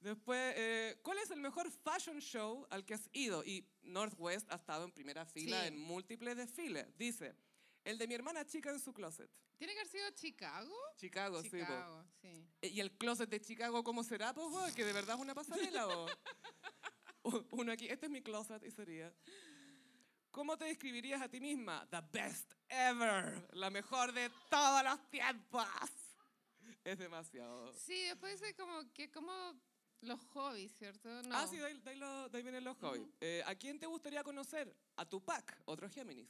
Después, eh, ¿cuál es el mejor fashion show al que has ido? Y Northwest ha estado en primera fila Sí. en múltiples desfiles. Dice, el de mi hermana chica en su closet. ¿Tiene que haber sido Chicago? Chicago, sí. po. Chicago, sí. Eh, ¿Y el closet de Chicago cómo será, pues, weón? Que de verdad es una pasarela, o Uno aquí, este es mi closet y sería. ¿Cómo te describirías a ti misma? The best ever. La mejor de todos los tiempos. Es demasiado. Sí, después dice como que como los hobbies, ¿cierto? No. Ah, sí, de ahí, de ahí lo- de ahí vienen los hobbies. Eh, ¿A quién te gustaría conocer? A Tupac, otro Géminis.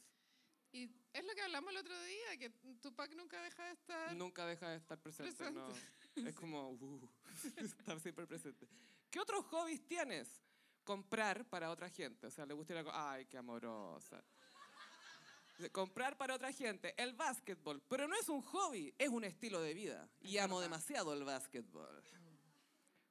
Y es lo que hablamos el otro día, que Tupac nunca deja de estar. Nunca deja de estar presente, Presente. ¿no? Es como uh, (laughs) estar siempre presente. ¿Qué otros hobbies tienes? Comprar para otra gente. O sea, le gusta ir a co- Ay, qué amorosa. De- Comprar para otra gente. El básquetbol. Pero no es un hobby, es un estilo de vida. Y Es amo verdad. demasiado el básquetbol.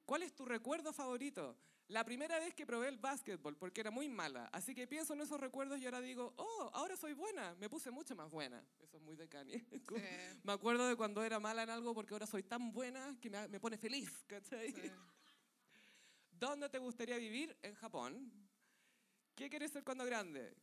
¿Cuál es tu recuerdo favorito? La primera vez que probé el básquetbol, porque era muy mala. Así que pienso en esos recuerdos y ahora digo, oh, ahora soy buena. Me puse mucho más buena. Eso es muy de Kanye. (laughs) Como- Sí, me acuerdo de cuando era mala en algo porque ahora soy tan buena que me, me pone feliz, ¿cachai? sí. (laughs) ¿Dónde te gustaría vivir? En Japón. ¿Qué quieres ser cuando grande?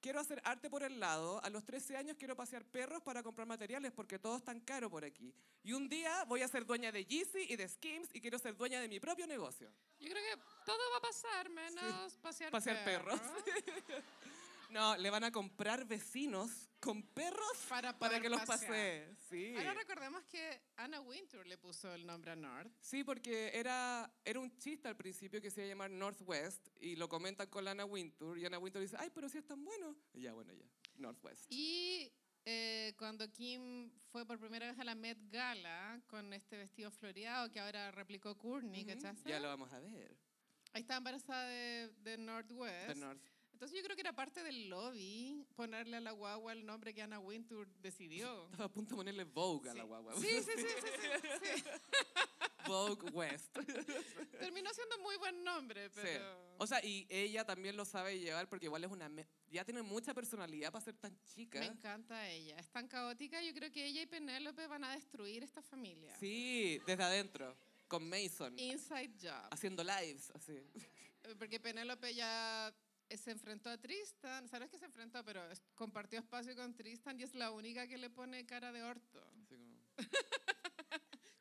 Quiero hacer arte por el lado. A los 13 años quiero pasear perros para comprar materiales porque todo es tan caro por aquí. Y un día voy a ser dueña de Yeezy y de Skims y quiero ser dueña de mi propio negocio. Yo creo que todo va a pasar, menos pasear, Pasear perros. (laughs) perros. No, le van a comprar vecinos con perros Para, (laughs) para que los pasee. pasee. Sí. Ahora recordemos que Anna Wintour le puso el nombre a North. Sí, porque era, era un chiste al principio que se iba a llamar Northwest y lo comentan con la Anna Wintour y Anna Wintour dice, ay, pero si es tan bueno. Y ya, bueno, ya, Northwest. Y eh, cuando Kim fue por primera vez a la Met Gala con este vestido floreado que ahora replicó Courtney, Ujú, ¿cachaste? Ya lo vamos a ver. Ahí estaba embarazada de, de Northwest. The North. Entonces yo creo que era parte del lobby ponerle a la guagua el nombre que (laughs) Anna Wintour decidió. Estaba a punto de ponerle Vogue a la guagua. Sí, sí, sí, sí, sí, sí. (laughs) Vogue (laughs) West. Terminó siendo muy buen nombre, Sí. pero... O sea, y ella también lo sabe llevar porque igual es una... me- Ya tiene mucha personalidad para ser tan chica. Me encanta ella. Es tan caótica. Yo creo que ella y Penélope van a destruir esta familia. Sí, desde adentro, con Mason, Inside Job. haciendo lives, así. Eh, Porque Penélope ya eh, se enfrentó a Tristan. ¿Sabes que se enfrentó? Pero es- compartió espacio con Tristan y es la única que le pone cara de orto.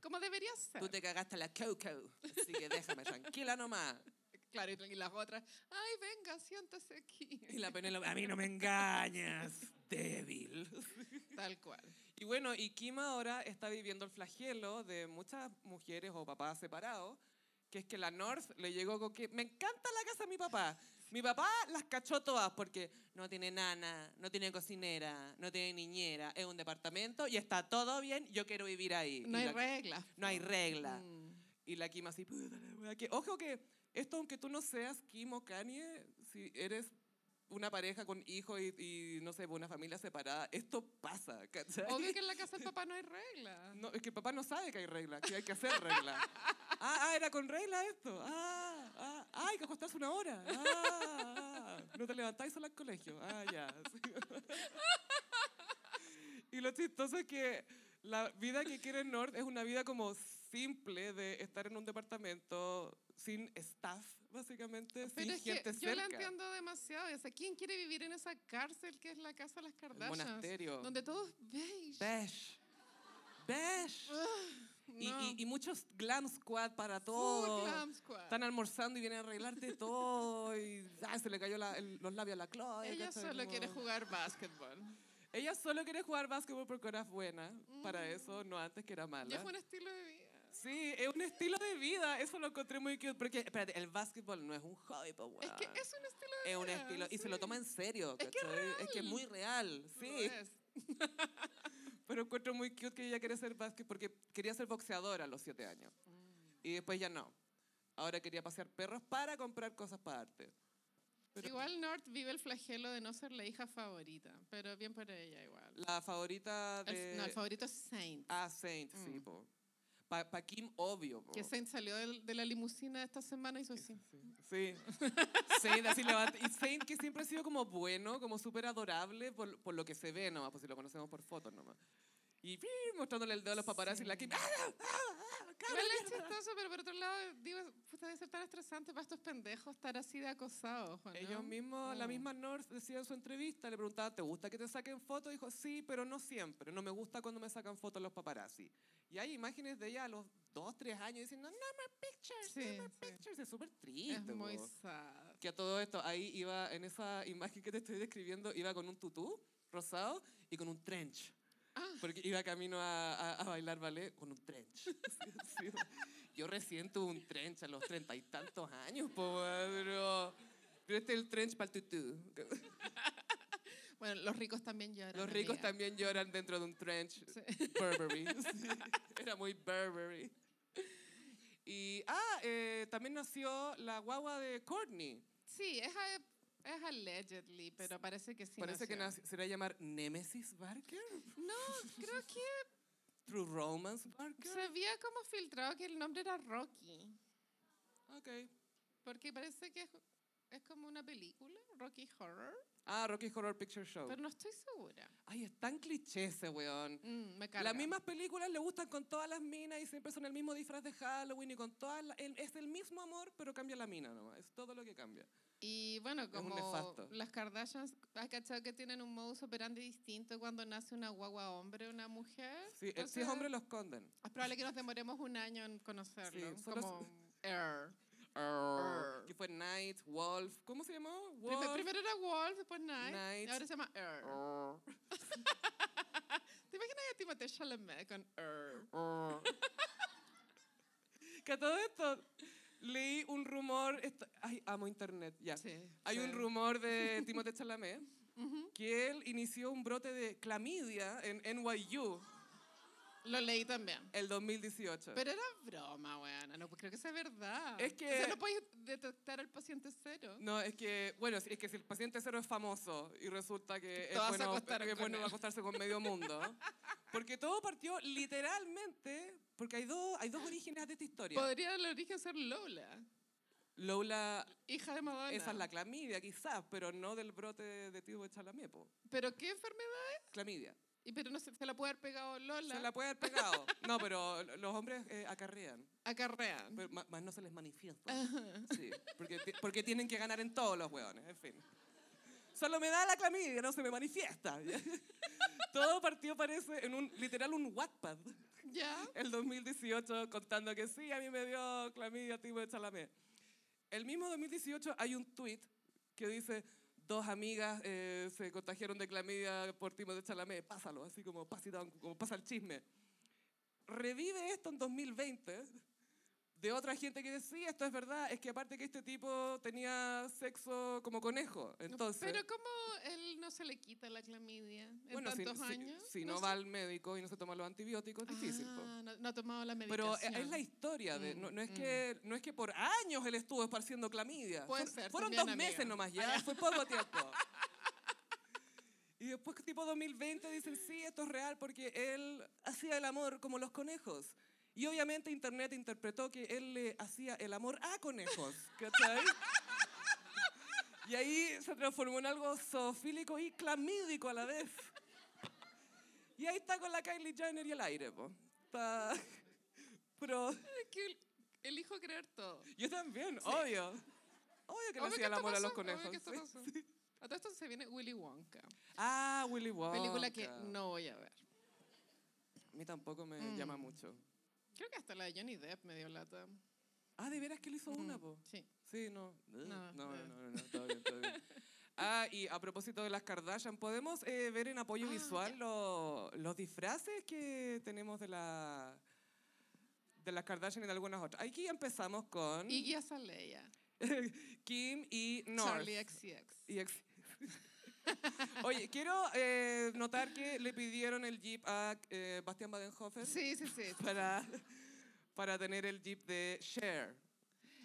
Como debería ser. Tú te cagaste la Coco, así que déjame tranquila nomás. Claro, y, y las otras. Ay, venga, siéntase (laughs) aquí. Y la Penélope, a mí no me engañas, débil. Tal cual. Y bueno, y Kim ahora está viviendo el flagelo de muchas mujeres o papás separados, que es que la North le llegó con que me encanta la casa de mi papá. Mi papá las cachó todas porque no tiene nana, no tiene cocinera, no tiene niñera, es un departamento y está todo bien, yo quiero vivir ahí. No Y hay la- reglas. No hay po. regla. Mm. Y la Kim así, "Puta la wea", que, ojo que esto, aunque tú no seas Kim o Kanye, si eres una pareja con hijos y, y, no sé, una familia separada, esto pasa, ¿cachai? Obvio que en la casa del papá no hay reglas. (laughs) No, es que papá no sabe que hay reglas, que hay que hacer (laughs) reglas. ah, ah, era con reglas esto. Ah, ah, ah, hay que acostarse una hora. Ah, ah, no te levantáis sola al colegio. Ah, ya. (laughs) sí. y lo chistoso es que la vida que quiere North es una vida como simple de estar en un departamento sin staff, básicamente, Pero sin es que gente yo la cerca. entiendo demasiado. O sea, ¿quién quiere vivir en esa cárcel que es la casa de las El Kardashians? monasterio. Donde todos veis. Besh. Besh. Y, no. y- y muchos glam squad para Full todo. glam squad. Están almorzando y vienen a arreglarte todo y ah, se le cayó la- el- los labios a la Chloe. Ella ¿cachai? solo Como- quiere jugar básquetbol. Ella solo quiere jugar básquetbol porque ahora es buena para eso, no antes que era Mm. Ya mala. es un estilo de vida. Sí, es un estilo de vida, eso lo encontré muy cute. Porque, espérate, el básquetbol no es un hobby, po, Es que weón. es un estilo de Es un vida. estilo, y se lo sí. toma en serio, Es que es ¿cachai? Es que es real. muy real, sí. Lo es. Pero encuentro muy cute que ella quiere ser básquet porque quería ser boxeadora a los siete años. Mm. Y después ya no. Ahora quería pasear perros para comprar cosas para arte. Pero Igual North vive el flagelo de no ser la hija favorita, pero bien por ella igual. La favorita El- de... no, el favorito es Saint. Ah, Saint, sí, Mm. po. Pa, pa Kim, obvio, po. Que Saint salió del- de la limusina esta semana y hizo así. Oh. Sí. (laughs) Saint, así levanta. Y Saint que siempre ha sido como bueno, como súper adorable por, por lo que se ve nomás, pues si lo conocemos por fotos nomás. Y ¡pi! mostrándole el dedo a los paparazzi y la Kim... ¡Ah, ah, ah, ah, Igual es mierda! chistoso, pero por otro lado, digo, puta, debe ser tan estresante para estos pendejos estar así de acosados, ¿o ¿no? Ah, Ellos mismos, la Mm. misma North decía en su entrevista, le preguntaba, ¿te gusta que te saquen fotos? Dijo, sí, pero no siempre. No me gusta cuando me sacan fotos los paparazzi. Y hay imágenes de ella a los dos, tres años diciendo, no more pictures, Sí, no more sí. pictures. Es súper triste. Es muy po. sad. Que a todo esto, ahí iba, en esa imagen que te estoy describiendo, iba con un tutú rosado y con un trench. Ah. Porque iba camino a, a- a bailar ballet con un trench. (laughs) Sí, sí. Yo recién tuve un trench a los treinta y tantos años, po, weón, pero, pero este es el trench para el tutú. Bueno, los ricos también lloran. Los ricos amiga. también lloran dentro de un trench Sí. (laughs) Burberry. sí. Era muy Burberry. Y, ah, eh, también nació la guagua de Courtney. Sí, es, a- es allegedly, pero parece que sí. Parece que nació. nació- se le va a llamar Nemesis Barker. No, (laughs) creo que True Romance Barker. se había como filtrado que el nombre era Rocky. Ok. Porque parece que es, es como una película, Rocky Horror, Ah, Rocky Horror Picture Show. pero no estoy segura. Ay, es tan cliché ese weón. Mm, me carga. Las mismas películas le gustan con todas las minas y siempre son el mismo disfraz de Halloween y con todas las- el- es el mismo amor, pero cambia la mina nomás. Es todo lo que cambia. Y bueno, un como nefasto. las Kardashians, ¿has cachado que tienen un modus operandi distinto cuando nace una guagua hombre o una mujer? Sí, el- si Entonces, es hombre, lo esconden. Es probable que nos demoremos un año en conocerlo. Sí, solo como Air. Que fue Night, Wolf. ¿Cómo se llamó? Wolf. Primero, era Wolf, Oh. después Night, Night. y ahora se llama Air. Err, ¿Te imaginas a Timothée Chalamet con Air? err. que a todo esto leí un rumor. esto- ay, amo internet. Ya. Sí, Hay sí. un rumor (laughs) de Timothée Chalamet Ujú. que él inició un brote de clamidia en NYU Lo leí también. el 2018. Pero era broma, weona. No creo que sea verdad. Es O sea, que- no podéis detectar al paciente cero. no, es que, bueno, es que si el paciente cero es famoso y resulta que es Todas se bueno, acostaron que es con bueno él. acostarse con medio mundo, porque todo partió literalmente Porque hay dos, hay dos orígenes de esta historia. Podría el origen ser Lola, Lola, hija de Madonna. esa es la clamidia quizás, pero no del brote de, de tipo de chalamé, po. ¿Pero qué enfermedad? Clamidia. Y pero no se, se la puede haber pegado Lola. Se la puede haber pegado. No, pero los hombres eh, acarrean, Acarrean. pero ma- más no se les manifiesta. Sí, porque, ti- porque tienen que ganar en todos los hueones, en fin. Solo me da la clamidia, no se me manifiesta. (laughs) Todo partió parece en un, literal, un Wattpad. ¿Ya? el 2018 contando que sí, a mí me dio clamidia tipo de chalamé. El mismo 2018 hay un tweet que dice, dos amigas eh, se contagiaron de clamidia por tipo de chalamé, pásalo, así como, pass it down, como pasa el chisme. Revive esto en 2020 de otra gente que dice, sí, esto es verdad, es que aparte que este tipo tenía sexo como conejo, entonces... Pero ¿cómo él no se le quita la clamidia en bueno, si, tantos si- años? si no, sé. va al médico y no se toma los antibióticos, es difícil. po. Ah, no, no ha tomado la Pero medicación. e- es la historia, de, no, no es Mm, que, no es que por años él estuvo esparciendo clamidia. Puede Fue- ser, Fueron también, dos amiga. meses nomás, ya, fue (laughs) poco tiempo. Y después, tipo 2020, dicen, sí, esto es real porque él hacía el amor como los conejos. Y obviamente Internet interpretó que él le hacía el amor a conejos, ¿cachai? Y ahí se transformó en algo zoofílico y clamídico a la vez. Y ahí está con la Kylie Jenner y el aire, po. Está... (laughs) Pero Es que elijo creer todo. yo también, obvio. Obvio que le Obvio hacía el esto amor a los pasó, obvio conejos. que esto (laughs) sí. pasó. A todo esto se viene Willy Wonka, Ah, Willy Wonka. película que no voy a ver. A mí tampoco me Mm. llama mucho. Creo que hasta la de Johnny Depp me dio lata. Ah, de veras que le hizo una, Mm, po. Sí. Sí, no. Ugh, No, No, no, eh. no, no, todo bien, todo bien. Ah, y a propósito de las Kardashian, ¿podemos eh, ver en apoyo Ah, visual lo- los disfraces que tenemos de la de las Kardashian y de algunas otras? Aquí empezamos con Iggy Azalea, Kim y Mm. North. Charlie XCX. Y ex- (laughs) Oye, quiero eh, notar que le pidieron el jeep a eh, Bastian Badenhofer Sí, sí, sí. para, para tener el jeep de Cher.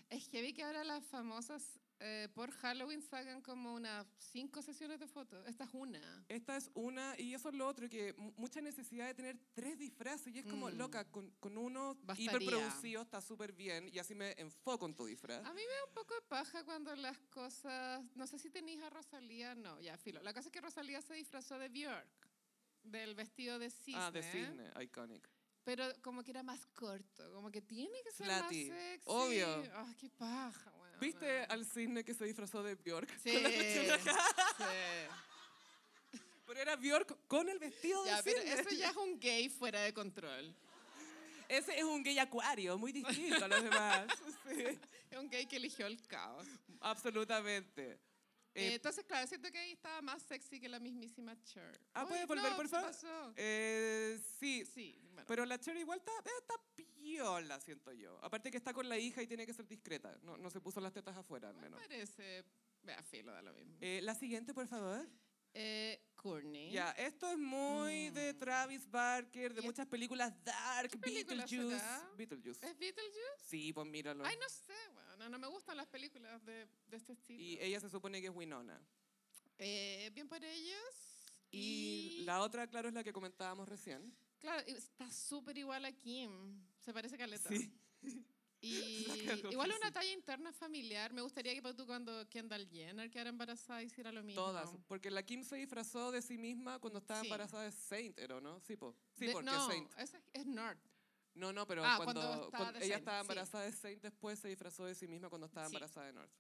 Es que vi que ahora las famosas eh, por Halloween sacan como unas cinco sesiones de fotos. Esta es una. Esta es una, y eso es lo otro, que mu- mucha necesidad de tener tres disfraces, y es como, Mm. loca, con, con uno Bastaría. hiperproducido está súper bien, y así me enfoco en tu disfraz. A mí me da un poco de paja cuando las cosas. No sé si tenéis a Rosalía, no, ya filo. La cosa es que Rosalía se disfrazó de Björk, del vestido de cisne. Ah, de cisne, iconic. Pero como que era más corto, como que tiene que ser Flati, más sexy. obvio. Ah, qué paja, weón. ¿Viste al cisne que se disfrazó de Bjork? Sí. sí. Pero era Bjork con el vestido de Ya, pero cisne. eso ya es un (laughs) gay fuera de control. Ese es un gay acuario, muy distinto a los (laughs) demás. Sí, Es un gay que eligió el caos. absolutamente. Eh, Eh, entonces, claro, siento que ahí estaba más sexy que la mismísima Cher. Ah, ¿puedes Oye, volver, no, por ¿qué favor? Pues, pasó? eh, sí, Sí, bueno. pero la Cherry igual está, eh, está piola, siento yo. Aparte que está con la hija y tiene que ser discreta. No, no se puso las tetas afuera, al me menos. parece. Vea, filo, da lo mismo. Eh, la siguiente, por favor. Eh, Courtney. Ya, esto es muy de Mm. Travis Barker, de ¿Y es- muchas películas dark, película Beetlejuice. será? Beetlejuice. ¿Es Beetlejuice? Sí, pues míralo. Ay, no sé, bueno, no, no me gustan las películas de, de este estilo. Y eh, ella se supone que es Winona. Eh, bien por ellos. Y la otra, claro, es la que comentábamos recién. Claro, y está súper igual a Kim. Se parece caleta. Sí. (laughs) Y La cagó, igual es una sí. talla interna familiar. Me gustaría que pa' tú cuando Kendall Jenner quedara embarazada hiciera lo mismo. Todas, porque la Kim se disfrazó de sí misma cuando estaba Sí. embarazada de Saint, ¿era no? Sí, po. sí De- porque no, Saint. esa es, es Nord. No, no, pero Ah, cuando, cuando estaba cuando de ella Saint, estaba sí. embarazada de Saint, después se disfrazó de sí misma cuando estaba Sí. embarazada de North.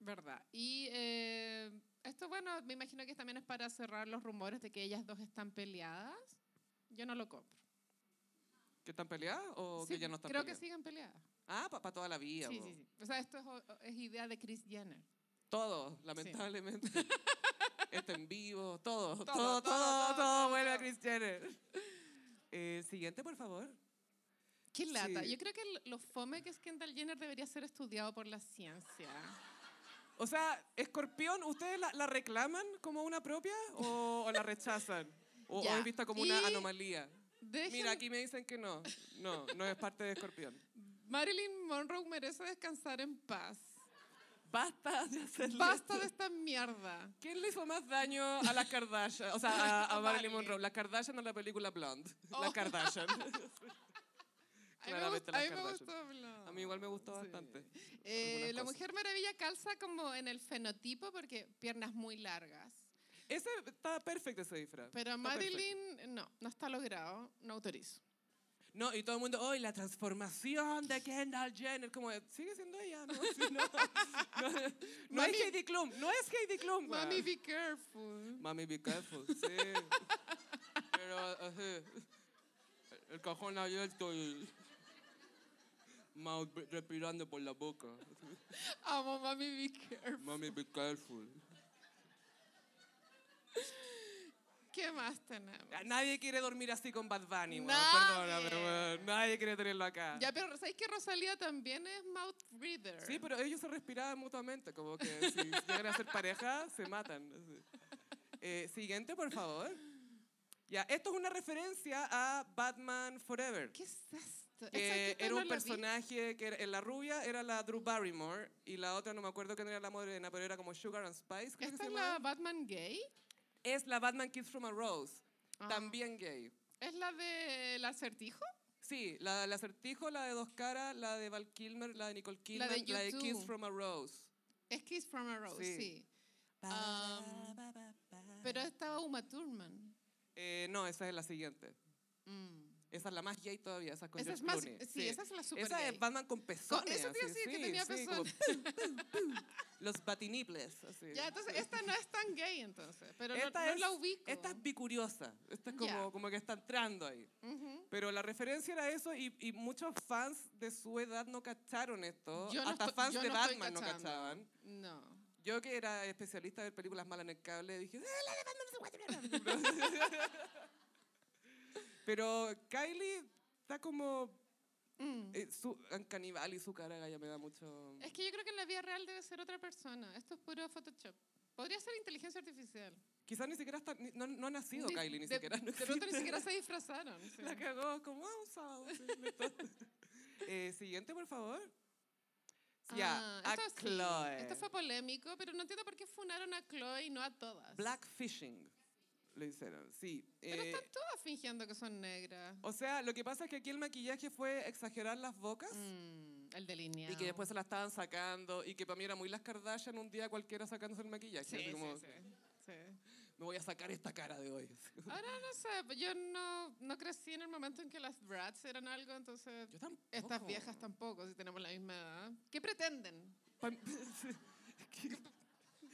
Verdad. Y eh, esto, bueno, me imagino que también es para cerrar los rumores de que ellas dos están peleadas. Yo no lo compro. ¿Que están peleadas o Sí, que ya no están creo peleadas? que siguen peleadas. Ah, para toda la vida. Sí, po. sí, sí. O sea, esto es, o- es idea de Chris Jenner. Todo, lamentablemente. (laughs) Esto en vivo, todo, todo, todo, todo, todo, todo, todo, vuelve a todo. Kris Jenner. Eh, siguiente, por favor. Qué lata. Sí. Yo creo que l- lo fome que es Kendall Jenner debería ser estudiado por la ciencia. O sea, Escorpión, ¿ustedes la, la reclaman como una propia o, o la rechazan? O, o Ya. es vista como una Y- anomalía. Dejen- Mira, aquí me dicen que no. No, no es parte de Escorpión. Marilyn Monroe merece descansar en (laughs) paz. Basta de hacerlo. (laughs) Basta de esta mierda. ¿Quién le hizo más daño a las Kardashian? O sea, a, a (laughs) A Oh. Marilyn Marilyn. (laughs) Monroe. Las Kardashian o la película Blonde. Oh. Las Kardashian. Ay, claramente a las mí me Kardashian. gustó Blonde. A mí igual me gustó Sí. bastante. Eh, algunas la cosas. Mujer Maravilla calza como en el fenotipo porque piernas muy largas. Ese está perfecto ese disfraz. Pero a Está perfecto. Marilyn no, no está logrado, no autorizo. No, y todo el mundo, hoy la transformación de Kendall Jenner, como sigue siendo ella, ¿no? Sí, no, (laughs) no, no Mami- es Heidi Klum, no es Heidi Klum. weón. Mami, be careful. Mami, be careful, sí. (laughs) Pero así, el cajón abierto y mouth respirando por la boca. Amo, mami, be careful. Mami, be careful. ¿Qué más tenemos? Ah, Nadie quiere dormir así con Bad Bunny, weón, Nadie. perdóname, weón. Nadie quiere tenerlo acá. Ya, pero ¿sabéis que Rosalía también es mouth breather? Sí, pero ellos se respiraban mutuamente, como que (laughs) si llegan a ser pareja, se matan. así. Eh, siguiente, por favor. Ya, esto es una referencia a Batman Forever. ¿Qué es esto? que Exacto, Eh, era no un la vi. personaje que era, en la rubia era la Drew Barrymore y la otra no me acuerdo quién era la morena, pero era como Sugar and Spice. creo que ¿Esta se es la llamaba. Batman gay? Es la Batman Kids from a Rose, Ah. también gay. ¿Es la del acertijo? Sí, la del acertijo, la de dos caras, la de Val Kilmer, la de Nicole Kidman, de la de U2. Kids from a Rose. Es Kiss from a Rose, Sí. sí. Um, Pero estaba Uma Thurman. Eh, no, esa es la siguiente. Mm. Esa es la más gay todavía, esa es con Esa es George más, Clooney. sí, esa es la super Esa gay. es Batman con pezones. eso te iba a así, decir, que tenía como pum, pum, (laughs) pum. Los batiniples. así. Ya, entonces esta no es tan gay entonces, pero no- Esta no, es- la ubico. Esta es bicuriosa. Esta es como, Ya. como que está entrando ahí. Ujú. Pero la referencia era eso y, y muchos fans de su edad no cacharon esto. Yo no Hasta estoy- fans yo de no estoy Batman no cachando. cachaban. No. Yo que era especialista de películas malas en el cable dije, "Eh, la de Batman no sé cuánto, bla, bla, bla". (laughs) Pero Kylie está como... Mm. eh, su en canibal y su cara ya me da mucho... Es que yo creo que en la vida real debe ser otra persona. Esto es puro Photoshop. Podría ser inteligencia artificial. Quizás ni siquiera está, ni- no, no ha nacido Ni- Kylie, ni de- siquiera. no (laughs) De pronto ni existe. siquiera se disfrazaron. sí. La cagó, como, ah, un sábado. sí, listo. (laughs) Eh, siguiente, por favor. Ya, a Ah, esto sí. Chloe. Esto fue polémico, pero no entiendo por qué funaron a Chloe y no a todas. Blackfishing. Lo hicieron, sí. Pero Eh, están todas fingiendo que son negras. o sea, lo que pasa es que aquí el maquillaje fue exagerar las bocas. Mm, el delineado. Y que después se la estaban sacando, y que para mí era muy las Kardashian un día cualquiera sacándose el maquillaje. Sí, así sí, como, sí, sí. Me voy a sacar esta cara de hoy. (laughs) Ahora no sé, pues yo no, no crecí en el momento en que las brats eran algo, entonces Yo tampoco. estas viejas tampoco, si tenemos la misma edad. ¿Qué pretenden? Pa- (laughs) ¿Qué,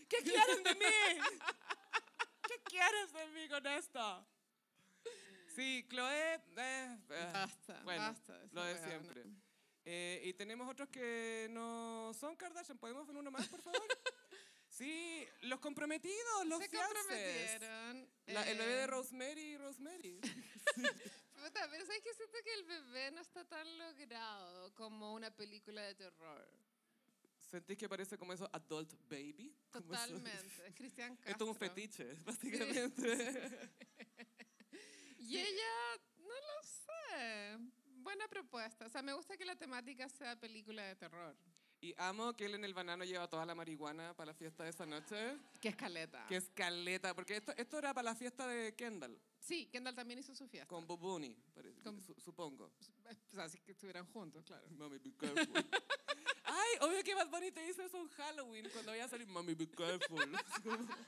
qué quieren de mí? ¿Qué quieres de mí con esto? Sí, Chloe. eh, eh, Basta, bueno, basta. de esa lo de hueá, siempre. no. Eh, y tenemos otros que no son Kardashian. ¿Podemos ver uno más, por (laughs) favor? Sí, los comprometidos, los Se fiances. comprometieron. La- el bebé eh, de Rosemary y Rosemary. puta, pero ¿sabes qué? Siento que el bebé no está tan logrado como una película de terror. ¿Sentís que parece como eso, adult baby? Como eso- Totalmente. Es Cristian Castro. Esto (laughs) es un fetiche, básicamente. (laughs) Y ella, no lo sé. Buena propuesta. O sea, me gusta que la temática sea película de terror. (laughs) Y amo que él en el banano lleva toda la marihuana para la fiesta de esa noche, Que escaleta. que es caleta, porque esto, esto era para la fiesta de Kendall, Sí, Kendall también hizo su fiesta. con Bubuni, parece, Con- su- (laughs) supongo. (laughs) O sea, si que estuvieran juntos, claro. Mami, be (laughs) careful. Ay, obvio que Bad Bunny te hizo eso en Halloween, cuando vaya a salir, mami, be (laughs) careful. (laughs)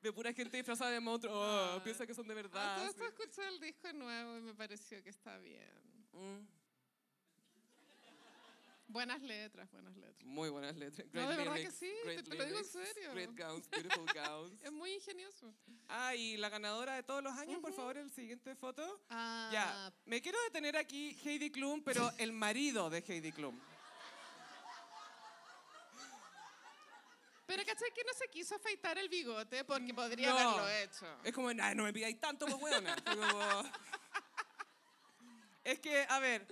De pura gente disfrazada de monstruo, oh, Ah. piensa que son de Ah, verdad. todo así. esto escuché el disco nuevo y me pareció que está bien. Mm, Buenas letras, buenas letras. muy buenas letras. No, de verdad que sí, te- great te lo digo en lyrics, serio. Great gowns, (laughs) beautiful gowns. Es muy ingenioso. Ah, y Em, la ganadora de todos los años, por favor, el siguiente foto. Ah, Ya, me quiero detener aquí Heidi Klum, (laughs) pero el marido de Heidi Klum. Pero caché que no se quiso afeitar el bigote porque podría No. haberlo hecho. Es como, "Ay, no me pidáis tanto, pues (laughs) weona. Fue como- Es que, a ver,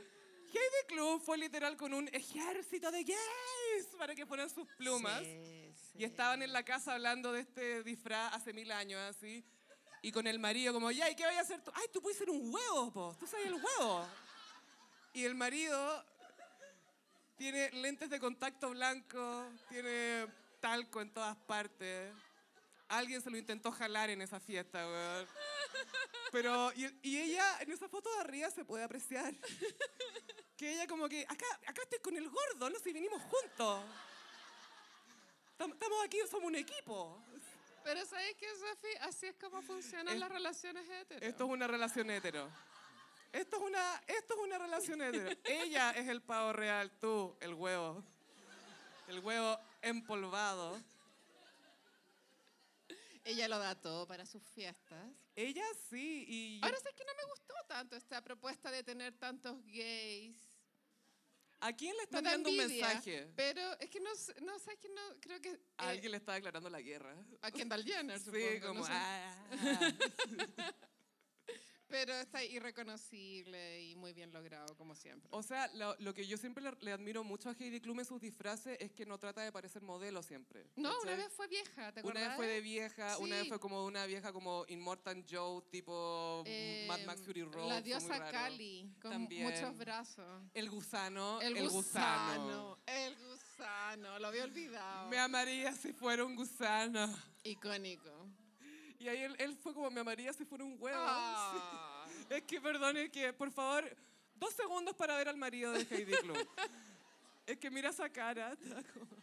Heidi Klum fue literal con un ejército de gays para que fueran sus plumas. Y estaban en la casa hablando de este disfraz hace mil años, así. Y con el marido, como, ya, ¿y qué vaya a hacer tú? Ay, tú puedes ser un huevo, po. Tú sabes el huevo. Y el marido tiene lentes de contacto blanco, tiene talco en todas partes. Alguien se lo intentó jalar en esa fiesta, weón. Pero, y, y ella, en esa foto de arriba se puede apreciar que ella como que, acá, acá estoy con el gordo, no si vinimos juntos. Tam- Estamos aquí, somos un equipo. Pero ¿sabes qué, Sofi? Así es como funcionan Es- las relaciones hetero. Esto es una relación hetero. Esto es una, esto es una relación hetero. Ella es el pavo real, tú el huevo. El huevo empolvado. Ella lo da todo para sus fiestas. Ella sí, y yo- Ahora sé que no me gustó tanto esta propuesta de tener tantos gays. ¿a quién le Me están da dando un envidia, Eh, mensaje? Pero es que no, sé- no sabes que no, creo que... eh, A alguien le está declarando la guerra. a (laughs) Kendall Jenner, supongo. Sí, no como... sé. "Ah". (laughs) Pero está irreconocible y muy bien logrado, como siempre. O sea, lo, lo que yo siempre le, le admiro mucho a Heidi Klum en sus disfraces es que no trata de parecer modelo siempre. no, una ¿cachai? vez fue vieja, ¿te Una acuerdas? vez fue de vieja, una vez Sí. fue como una vieja como Immortal Joe, tipo Mad Max Fury Road. fue Eh, La muy diosa raro. Cali, con También. muchos brazos. El gusano, El, el, gusano, gusano. El gusano, lo había olvidado. Me amaría si fuera un gusano. Icónico. Y ahí él, él fue como, me amaría si fuera un huevo. Ah. (laughs) Es que, perdón, es que, por favor, dos segundos para ver al marido de Heidi (laughs) Klum. es que mira esa cara. está como-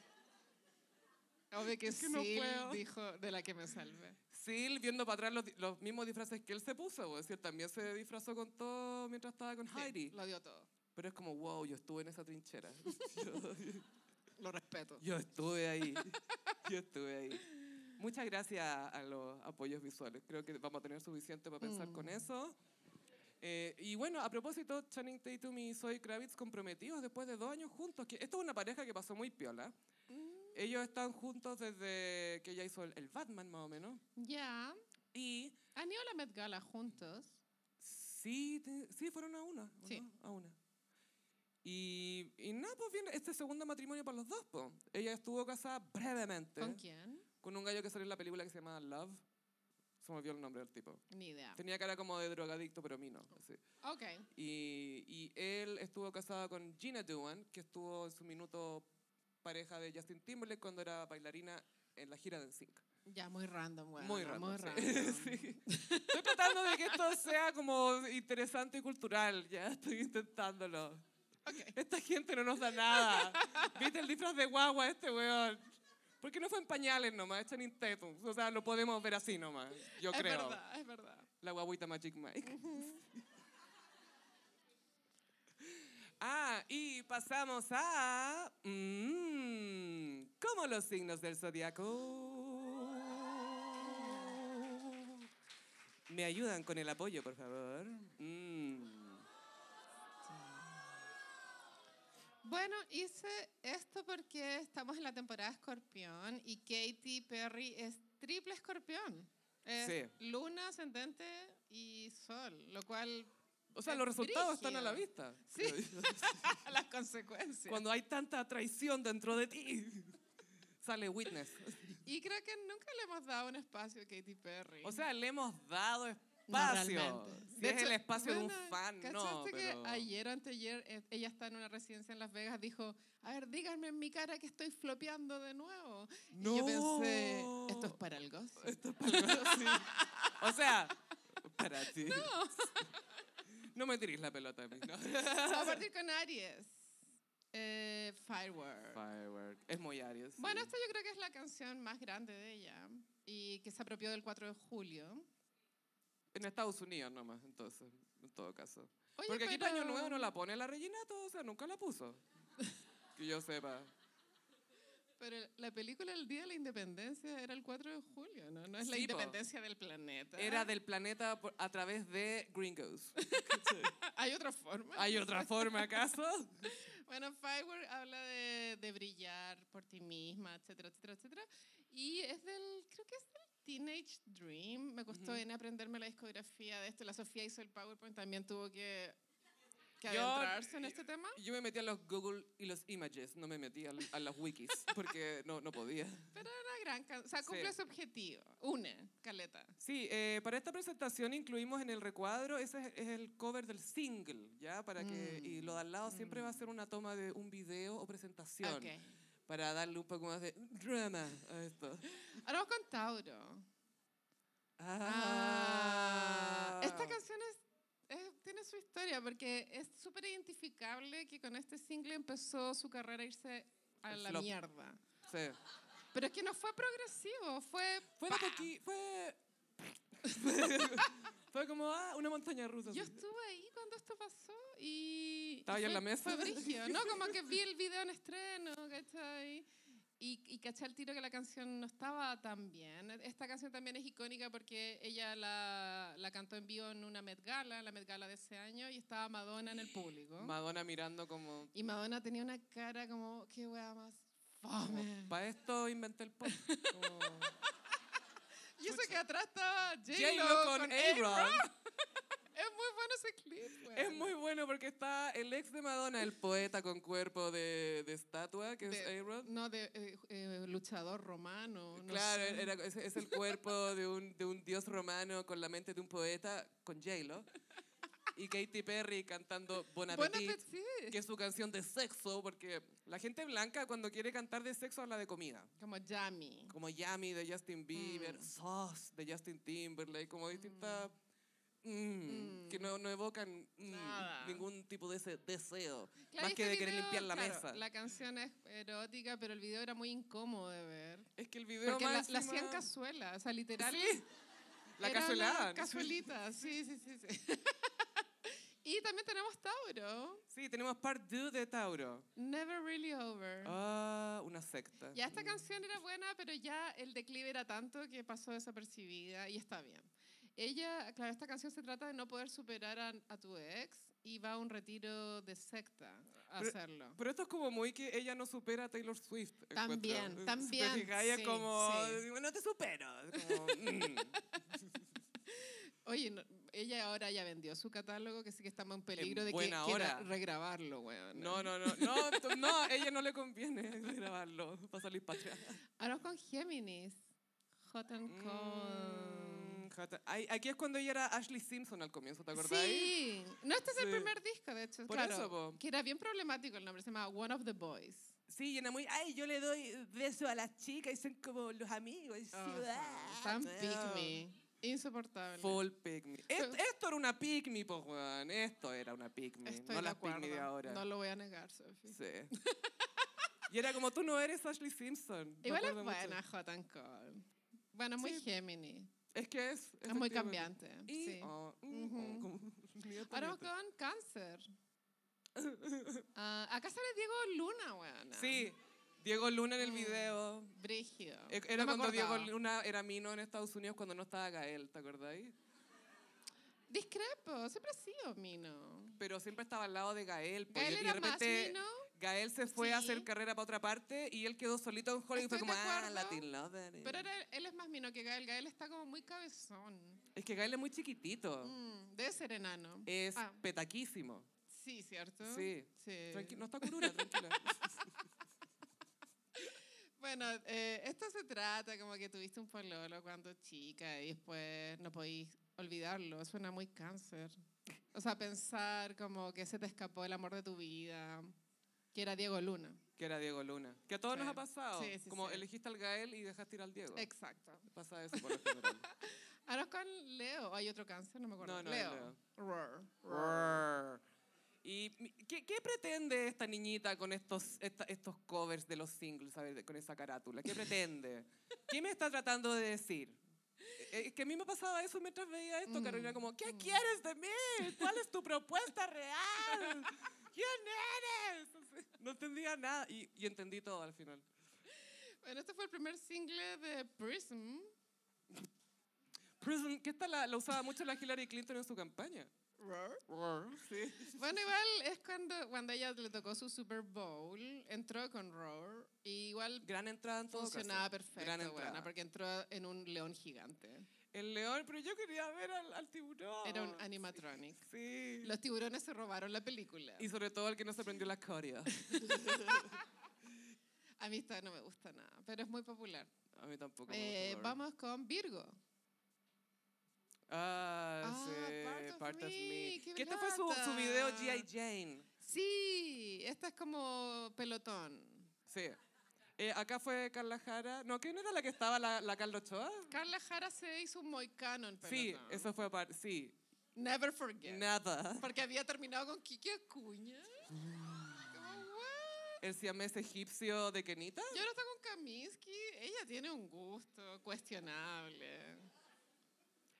Obvio que, Es que no Sil puedo. dijo de la que me salve. Sí, él viendo para atrás los, di- los mismos disfraces que él se puso, es decir, también se disfrazó con todo mientras estaba con Heidi. Lo dio todo. Pero es como, wow, yo estuve en esa trinchera. (laughs) Yo- Lo respeto. Yo estuve ahí. Yo estuve ahí. Muchas gracias a los apoyos visuales. Creo que vamos a tener suficiente para pensar con eso. Eh, y bueno, a propósito, Channing Tatum y Zoe Kravitz comprometidos después de dos años juntos. Que esto es una pareja que pasó muy piola. Ellos están juntos desde que ella hizo el, el Batman, más o menos. Ya. Y Han ido a la Met Gala juntos. sí, te- sí fueron a una. ¿o Sí. no? A una. Y, y nada, pues viene este segundo matrimonio para los dos. po. Ella estuvo casada brevemente. ¿Con quién? con un gallo que salió en la película que se llama Love. Se me olvidó el nombre del tipo. Ni idea. Tenía cara como de drogadicto, pero a mí no. así. Ok. Y, y él estuvo casado con Gina Dewan, que estuvo en su minuto pareja de Justin Timberlake cuando era bailarina en la gira de NSYNC. Ya, muy random, weón. Muy raro. Muy sí. (laughs) random. Sí. Estoy tratando de que esto sea como interesante y cultural, ya estoy intentándolo. Esta gente no nos da nada. ¿Viste el disfraz de guagua este weón? ¿Por qué no fue en pañales nomás? Echan en Tatum. O sea, lo podemos ver así nomás, (laughs) yo es creo. verdad, es verdad. La guaguita Magic Mike. (laughs) ah, y pasamos a. mm, ¿Cómo los signos del zodiaco? ¿Me ayudan con el apoyo, por favor? Mm. Bueno, hice esto porque estamos en la temporada escorpión y Katy Perry es triple escorpión. Es luna, ascendente y sol, lo cual, O sea, Es los resultados están a la brígido. vista. Sí. creo yo. las consecuencias. (laughs) Cuando hay tanta traición dentro de ti, (laughs) sale witness. Y creo que nunca le hemos dado un espacio a Katy Perry. O sea, le hemos dado No, espacio. realmente. Si De es hecho, el espacio de bueno, un fan, no. ¿cachaste Pero... que ayer o anteayer eh, ella está en una residencia en Las Vegas? Dijo, a ver, díganme en mi cara que estoy flopeando de nuevo. Y yo pensé, esto es para el gozo. Esto es para (laughs) sí. O sea, para ti. No. me tiréis la pelota a mí. ¿no? (laughs) Vamos a partir con Aries. Eh, Firework. Firework. Es muy Aries. sí. Bueno, esta yo creo que es la canción más grande de ella y que se apropió del 4 de julio. En Estados Unidos nomás, entonces, en todo caso. Oye, Porque aquí pero- Paño Nuevo no la pone la Reginato, o sea, nunca la (laughs) puso. Que yo sepa. Pero la película El Día de la Independencia era el 4 de julio, ¿no? No es la Sí, po. independencia del planeta. Era del planeta por- a través de Gringos. (laughs) Hay otra forma. ¿Hay otra forma acaso? (laughs) Bueno, Firework habla de, de brillar por ti misma, etcétera, etcétera, etcétera. Y es del, creo que es del Teenage Dream. Me costó Ujú. en aprenderme la discografía de esto. La Sofía hizo el PowerPoint, también tuvo que, que Yo- adentrarse en este tema. Yo me metí a los Google y los Images, no me metí al- a, las (laughs) wikis, porque no, no podía. Una gran canción. O sea, cumple Sí. su objetivo. Une, Caleta. Sí, eh, para esta presentación incluimos en el recuadro, ese es, es el cover del single, ¿ya? Para que, Mm, y lo de al lado siempre va a ser una toma de un video o presentación, Ok. para darle un poco más de drama a esto. Ahora vamos con Tauro. Ah. su historia, porque es súper identificable que con este single empezó su carrera a irse a El la flop. mierda. Sí. Pero es que no fue progresivo, fue... Fue de poqui- (laughs) Fue. fue como ah, una montaña rusa. Yo así. estuve ahí cuando esto pasó y... ¿Estaba y yo en la fue- mesa? Fue brígido, ¿no? Como que vi el video en estreno, ¿cachai? Y, y caché al tiro que la canción no estaba tan bien. Esta canción también es icónica porque ella la, la cantó en vivo en una Met Gala, la Met Gala de ese año, y estaba Madonna en el público. Madonna mirando como. Y Madonna tenía una cara como, qué wea más como, fome. Para esto inventé el pop. Como, Y eso que atrás estaba J-Lo J-Lo con, con A-Rod. A-Rod. Es muy bueno ese clip, Es weón. muy bueno porque está el ex de Madonna, el poeta con cuerpo de, de estatua, que De- es A-Rod. No, de eh, eh, luchador romano. no claro, sé. era- es, es el cuerpo de un, de un dios romano con la mente de un poeta, con J-Lo. Y Katy Perry cantando Bon Bon Appetit, appetit. que es su canción de sexo, porque la gente blanca cuando quiere cantar de sexo habla de comida. Como Yami. Como Yummy de Justin Bieber, Mm. Sauce de Justin Timberlake, como distintas... mm, Que Mm. no, no evocan mm, Nada. ningún tipo de ese deseo, Claro, más y que este de querer video, limpiar la claro, mesa. La canción es erótica, pero el video era muy incómodo de ver. Es que el video Porque la, más la encima- hacían cazuela, o sea, literal. Sí, La era una cazuelaban. Cazuelita, sí, sí, sí. sí. (laughs) y también tenemos Tauro. Sí, tenemos Part 2 de Tauro. Never Really Over. Ah, una secta. Mm. Ya esta Mm. canción era buena, pero ya el declive era tanto que pasó desapercibida y está bien. Ella, claro, esta canción se trata de no poder superar a, a tu ex y va a un retiro de secta a Pero- hacerlo. Pero esto es como muy que ella no supera a Taylor Swift. encuentro. También, Si te también, fijas, ella sí, como, sí. no te supero. es como, mm. Oye, no- ella ahora ya vendió su catálogo, que sí que estamos en peligro de que buena quiera hora. regrabarlo, weón. No, no, no, no, t- no, a ella no le conviene (laughs) grabarlo para salir para atrás. Ahora con Géminis. Hot and Cold. Mm, jata- ay, Aquí es cuando ella era Ashley Simpson al comienzo, ¿te acordáis? Sí. No, este es el Sí. primer disco, de hecho. Por claro, eso, po. Que era bien problemático el nombre, se llamaba One of the Boys. Sí, y era muy, ay, yo le doy beso a las chicas y son como los amigos. y Ajá, ciudad". Tan Ah. pick me. Insoportable. Full pick me. Est- Esto, era una pick me, pues, weón. Esto era una pick me. Estoy no de las pick me de acuerdo. ahora. No lo voy a negar, Sophie. Sí. y era como, tú no eres Ashley Simpson. Me Igual es acuerdo mucho. buena Hot and Cold. Bueno, muy Sí. Gemini. Es que es. Es muy efectivamente. cambiante. Y, sí. oh, mm, Ujú. oh, (laughs) como- nieto, Ahora vamos nieto. con Cáncer. Ah, acá sale Diego Luna, weón. Sí, Diego Luna en el Mm. video. Brígido. E- Era No me cuando Diego acordaba. Luna era mino en Estados Unidos cuando no estaba Gael, ¿te acordáis? Discrepo, siempre ha sido Mino. Pero siempre estaba al lado de Gael. pues, Gael y- y era de más repente Mino. Gael se fue a hacer Sí. carrera para otra parte y él quedó solito en Hollywood. y Fue Estoy como, de ah, acuerdo, Latin Lover. eh". Pero ahora él es más Mino que Gael. Gael está como muy cabezón. Es que Gael es muy chiquitito. Mm, debe ser enano. Es Ah. Eh. petaquísimo. Sí, ¿cierto? Sí. Sí. Tranqui- no está curura, tranquila. (laughs) Bueno, eh, esto se trata como que tuviste un pololo cuando chica y después no podís olvidarlo. Suena muy cáncer. O sea, pensar como que se te escapó el amor de tu vida, que era Diego Luna. que era Diego Luna. Que a todos nos Sí. ha pasado. Sí, sí, como sí. elegiste al Gael y dejaste ir al Diego. Exacto. Pasa eso por lo (laughs) general. Ahora con Leo. Hay otro cáncer, no me acuerdo. No, no, es Leo. Leo. Roar. Roar. ¿Y mi- ¿qué, qué pretende esta niñita con estos, esta- estos covers de los singles, a ver, de- con esa carátula? ¿Qué pretende? ¿Qué me está tratando de decir? Eh, Es que a mí me pasaba eso mientras veía esto, Mm, Carolina, como, ¿qué mm. quieres de mí? ¿Cuál es tu propuesta real? ¿Quién eres? Así, No entendía nada y, y entendí todo al final. Bueno, este fue el primer single de Prism. Prison, que esta la, la usaba mucho la Hillary Clinton en su campaña. Roar. Roar, sí. Bueno, igual es cuando, cuando ella le tocó su Super Bowl, entró con Roar. Y igual Gran entrada en todo caso. Funcionaba Gran perfecto, entrada. buena, porque entró en un león gigante. El león, pero yo quería ver al, al tiburón. Era un animatronic. Oh, Sí. Los tiburones se robaron la película. Y sobre todo el que no se prendió la corea. A mí esta no me gusta nada, pero es muy popular. A mí tampoco. me Eh, gustó, la verdad. vamos con Virgo. Ah, Ah, sí. Part of Part of Me, me. qué Que este fue su, su lata. video G.I. Jane. Sí, esta es como pelotón. Sí. Eh, acá fue Carla Jara. No, ¿quién era la que estaba? ¿La, la Carla Ochoa? Carla Jara se hizo un moicano en pelotón. Sí, eso fue aparte. Sí. Never forget. Nada. Porque había terminado con Kiki Acuña. Como, what? El siamés egipcio de Kenita. Y ahora está con Kaminsky. Ella tiene un gusto cuestionable.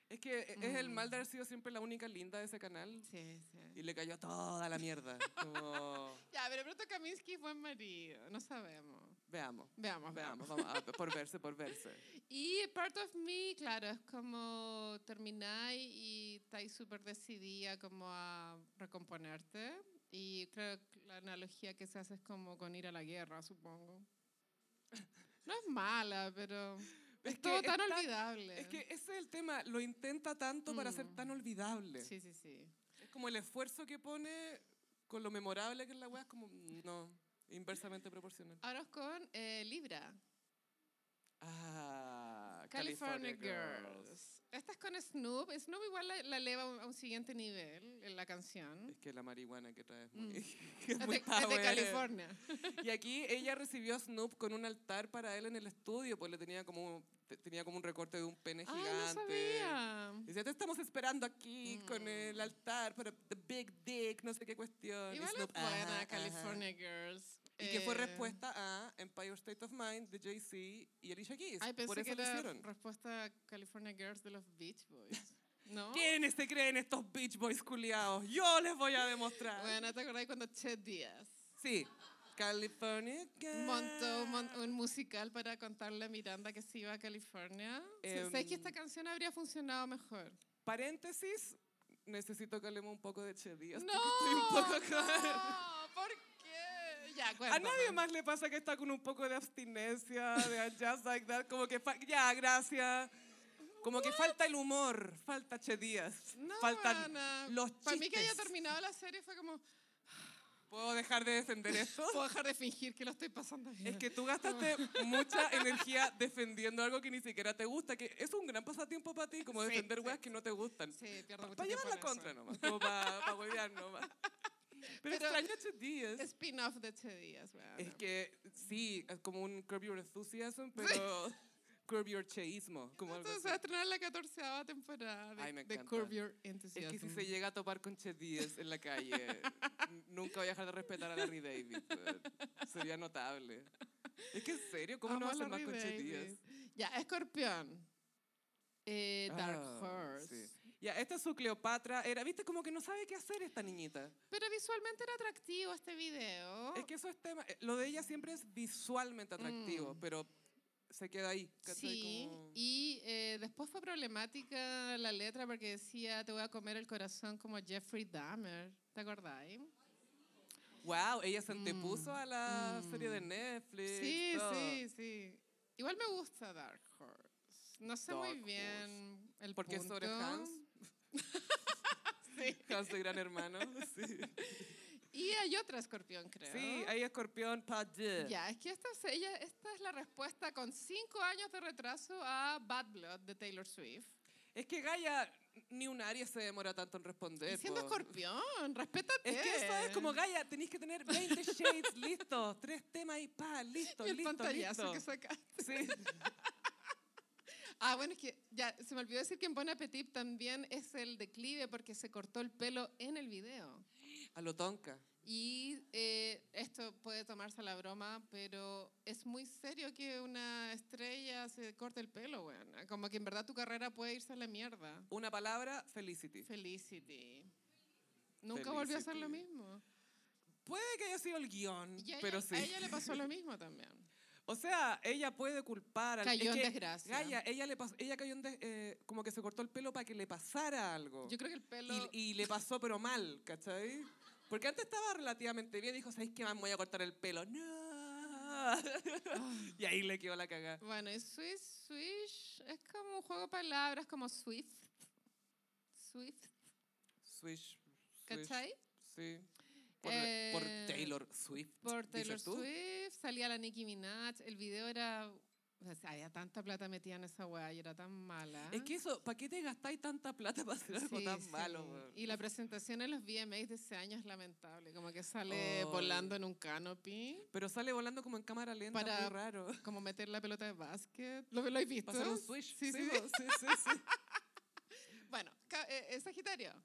Es que es Mm. el mal de haber sido siempre la única linda de ese canal. Sí, sí. Y le cayó toda la mierda. Como, Ya, pero pronto Kaminsky es buen marido. No sabemos. veamos. Veamos, Veamos, veamos. vamos a- por verse, por verse. Y Part of Me, claro, es como termináis y estáis súper decidida como a recomponerte. Y creo que la analogía que se hace es como con ir a la guerra, (laughs) supongo. No es mala, pero es, Es que todo tan es tan- olvidable. Es que ese es el tema, lo intenta tanto para ser Mm. tan olvidable. Sí, sí, sí. Es como el esfuerzo que pone con lo memorable que es la weá, es como, no, inversamente proporcional. Ahora es con eh, Libra, Ah, California, Girls. Esta es con Snoop. Snoop igual la, la eleva a un- a un siguiente nivel en la canción. Es que la marihuana que trae (laughs) es Mm. muy. Es es de, muy es de power. California. Y aquí ella recibió a Snoop con un altar para él en el estudio, pues le tenía como un, te- tenía como un recorte de un pene Ay, gigante. Ah, no sabía. Dice, te estamos esperando aquí con Mm. el altar para The Big Dick, no sé qué cuestión. Y Igual es Snoop, ajá, buena ajá. California Girls. Y que fue Eh, respuesta a Empire State of Mind de Jay-Z y Alicia Keys. Ay, pensé Por eso que lo era hicieron. respuesta a California Girls de los Beach Boys. (laughs) ¿No? ¿Quiénes se creen estos Beach Boys culiados? Yo les voy a demostrar. Bueno, ¿te acordás cuando Chet Díaz Sí. California Girl. montó un, mon- un musical para contarle a Miranda que se iba a California? Se- ¿Sabes que Em. esta canción habría funcionado mejor? Paréntesis. Necesito que hablemos un poco de Che Díaz. no, porque estoy un poco con- no, ¿por qué? Ya, A cuéntame. nadie más le pasa que está con un poco de abstinencia, de (laughs) "I'm just like that, como que fa- ya, gracias. Como que falta el humor, falta Che Díaz, No, faltan Ana, los chistes. Para mí que haya terminado la serie fue como, ¿Puedo dejar de defender (laughs) esto? (laughs) puedo dejar de fingir que lo estoy pasando bien. Es que tú gastaste mucha energía defendiendo algo que ni siquiera te gusta, que es un gran pasatiempo para ti, como Sí, defender sí, weas que no te gustan. Sí, pierdo mucho Para tiempo llevar la en eso. contra nomás, como para huevear (laughs) nomás. Pero, Pero- extraño a Che Díaz. Spin-off de Che Díaz, weón. Es que sí, es como un Curb Your Enthusiasm, pero (laughs) Curb Your Cheísmo, como algo Entonces así. se va a estrenar la catorceava temporada de, Ay, me de encanta. Curb Your Es Enthusiasm. que si se llega a topar con Che Díaz en la calle, n- nunca voy a dejar de respetar a Larry David. weón. Sería notable. Es que en serio, ¿cómo no Amo va a a ser más Larry con Che Díaz? David. Ya, Escorpión. Eh, Dark Ah, Horse. sí. Ya, esta es su Cleopatra. Era, ¿Viste? Como que no sabe qué hacer esta niñita. Pero visualmente era atractivo este video. Es que eso es tema. eh, Lo de ella siempre es visualmente atractivo, Mm. pero se queda ahí. ¿cachai? Sí, Como- y eh, después fue problemática la letra porque decía te voy a comer el corazón como Jeffrey Dahmer, ¿te acordáis? Wow, ella se antepuso a la serie de Netflix. Mm, Sí, todo. sí, sí. Igual me gusta Dark Horse. No sé muy Dark Horse. bien el Porque es punto. sobre Hans. (laughs) Sí. Hans de Gran Hermano. Sí, Y hay otra escorpión, creo. sí hay escorpión Padgett. Ya, es que esta es, ella, esta es la respuesta con cinco años de retraso a Bad Blood de Taylor Swift. Es que Gaia, ni un Aries se demora tanto en responder. Y siendo po. escorpión, respétate. Es que eso es como Gaia, tenéis que tener (laughs) 20 shades listos, tres temas y pa, listo, Y el listo, pantallazo listo. que saca. Sí. Ah, bueno, es que ya se me olvidó decir que en Bon Appetit también es el declive porque se cortó el pelo en el video. A lo tonca. Y eh, esto puede tomarse a la broma, pero es muy serio que una estrella se corte el pelo, weón. Como que en verdad tu carrera puede irse a la mierda. Una palabra, Felicity. Felicity. Nunca volvió a hacer lo Felicity. mismo. Puede que haya sido el guión, Y a ella, pero sí. a ella le pasó lo mismo también. O sea, ella puede culpar al Cayó en que desgracia. Gaia, ella, le pas- ella cayó en des- eh, como que se cortó el pelo para que le pasara algo. Yo creo que el Y- pelo... Oh. Y, le pasó, pero mal, ¿cachai? Porque antes estaba relativamente bien, dijo, ¿sabéis qué más? Me voy a cortar el pelo. (laughs) ¡No! y ahí le quedó la cagada. Bueno, y Swiss, Swish es como un juego de palabras, como Swift. Swift, Swish. swish, ¿cachai? Sí. Por, la- por Eh, Taylor Swift. Por dices Taylor tú. Swift, salía la Nicki Minaj, el video era... o sea, había tanta plata metida en esa weá y era tan mala. Es que eso, ¿para qué te gastáis tanta plata para hacer algo Sí, tan sí. malo? weón? Y la presentación en los VMAs de ese año es lamentable, como que sale Ay. volando en un canopy, Pero sale volando como en cámara lenta, Para- muy raro. como meter la pelota de básquet. ¿Lo, lo has visto? Pasar un swish. Sí, sí, po, sí, sí, sí. Bueno, ca- eh, es Sagitario. (laughs)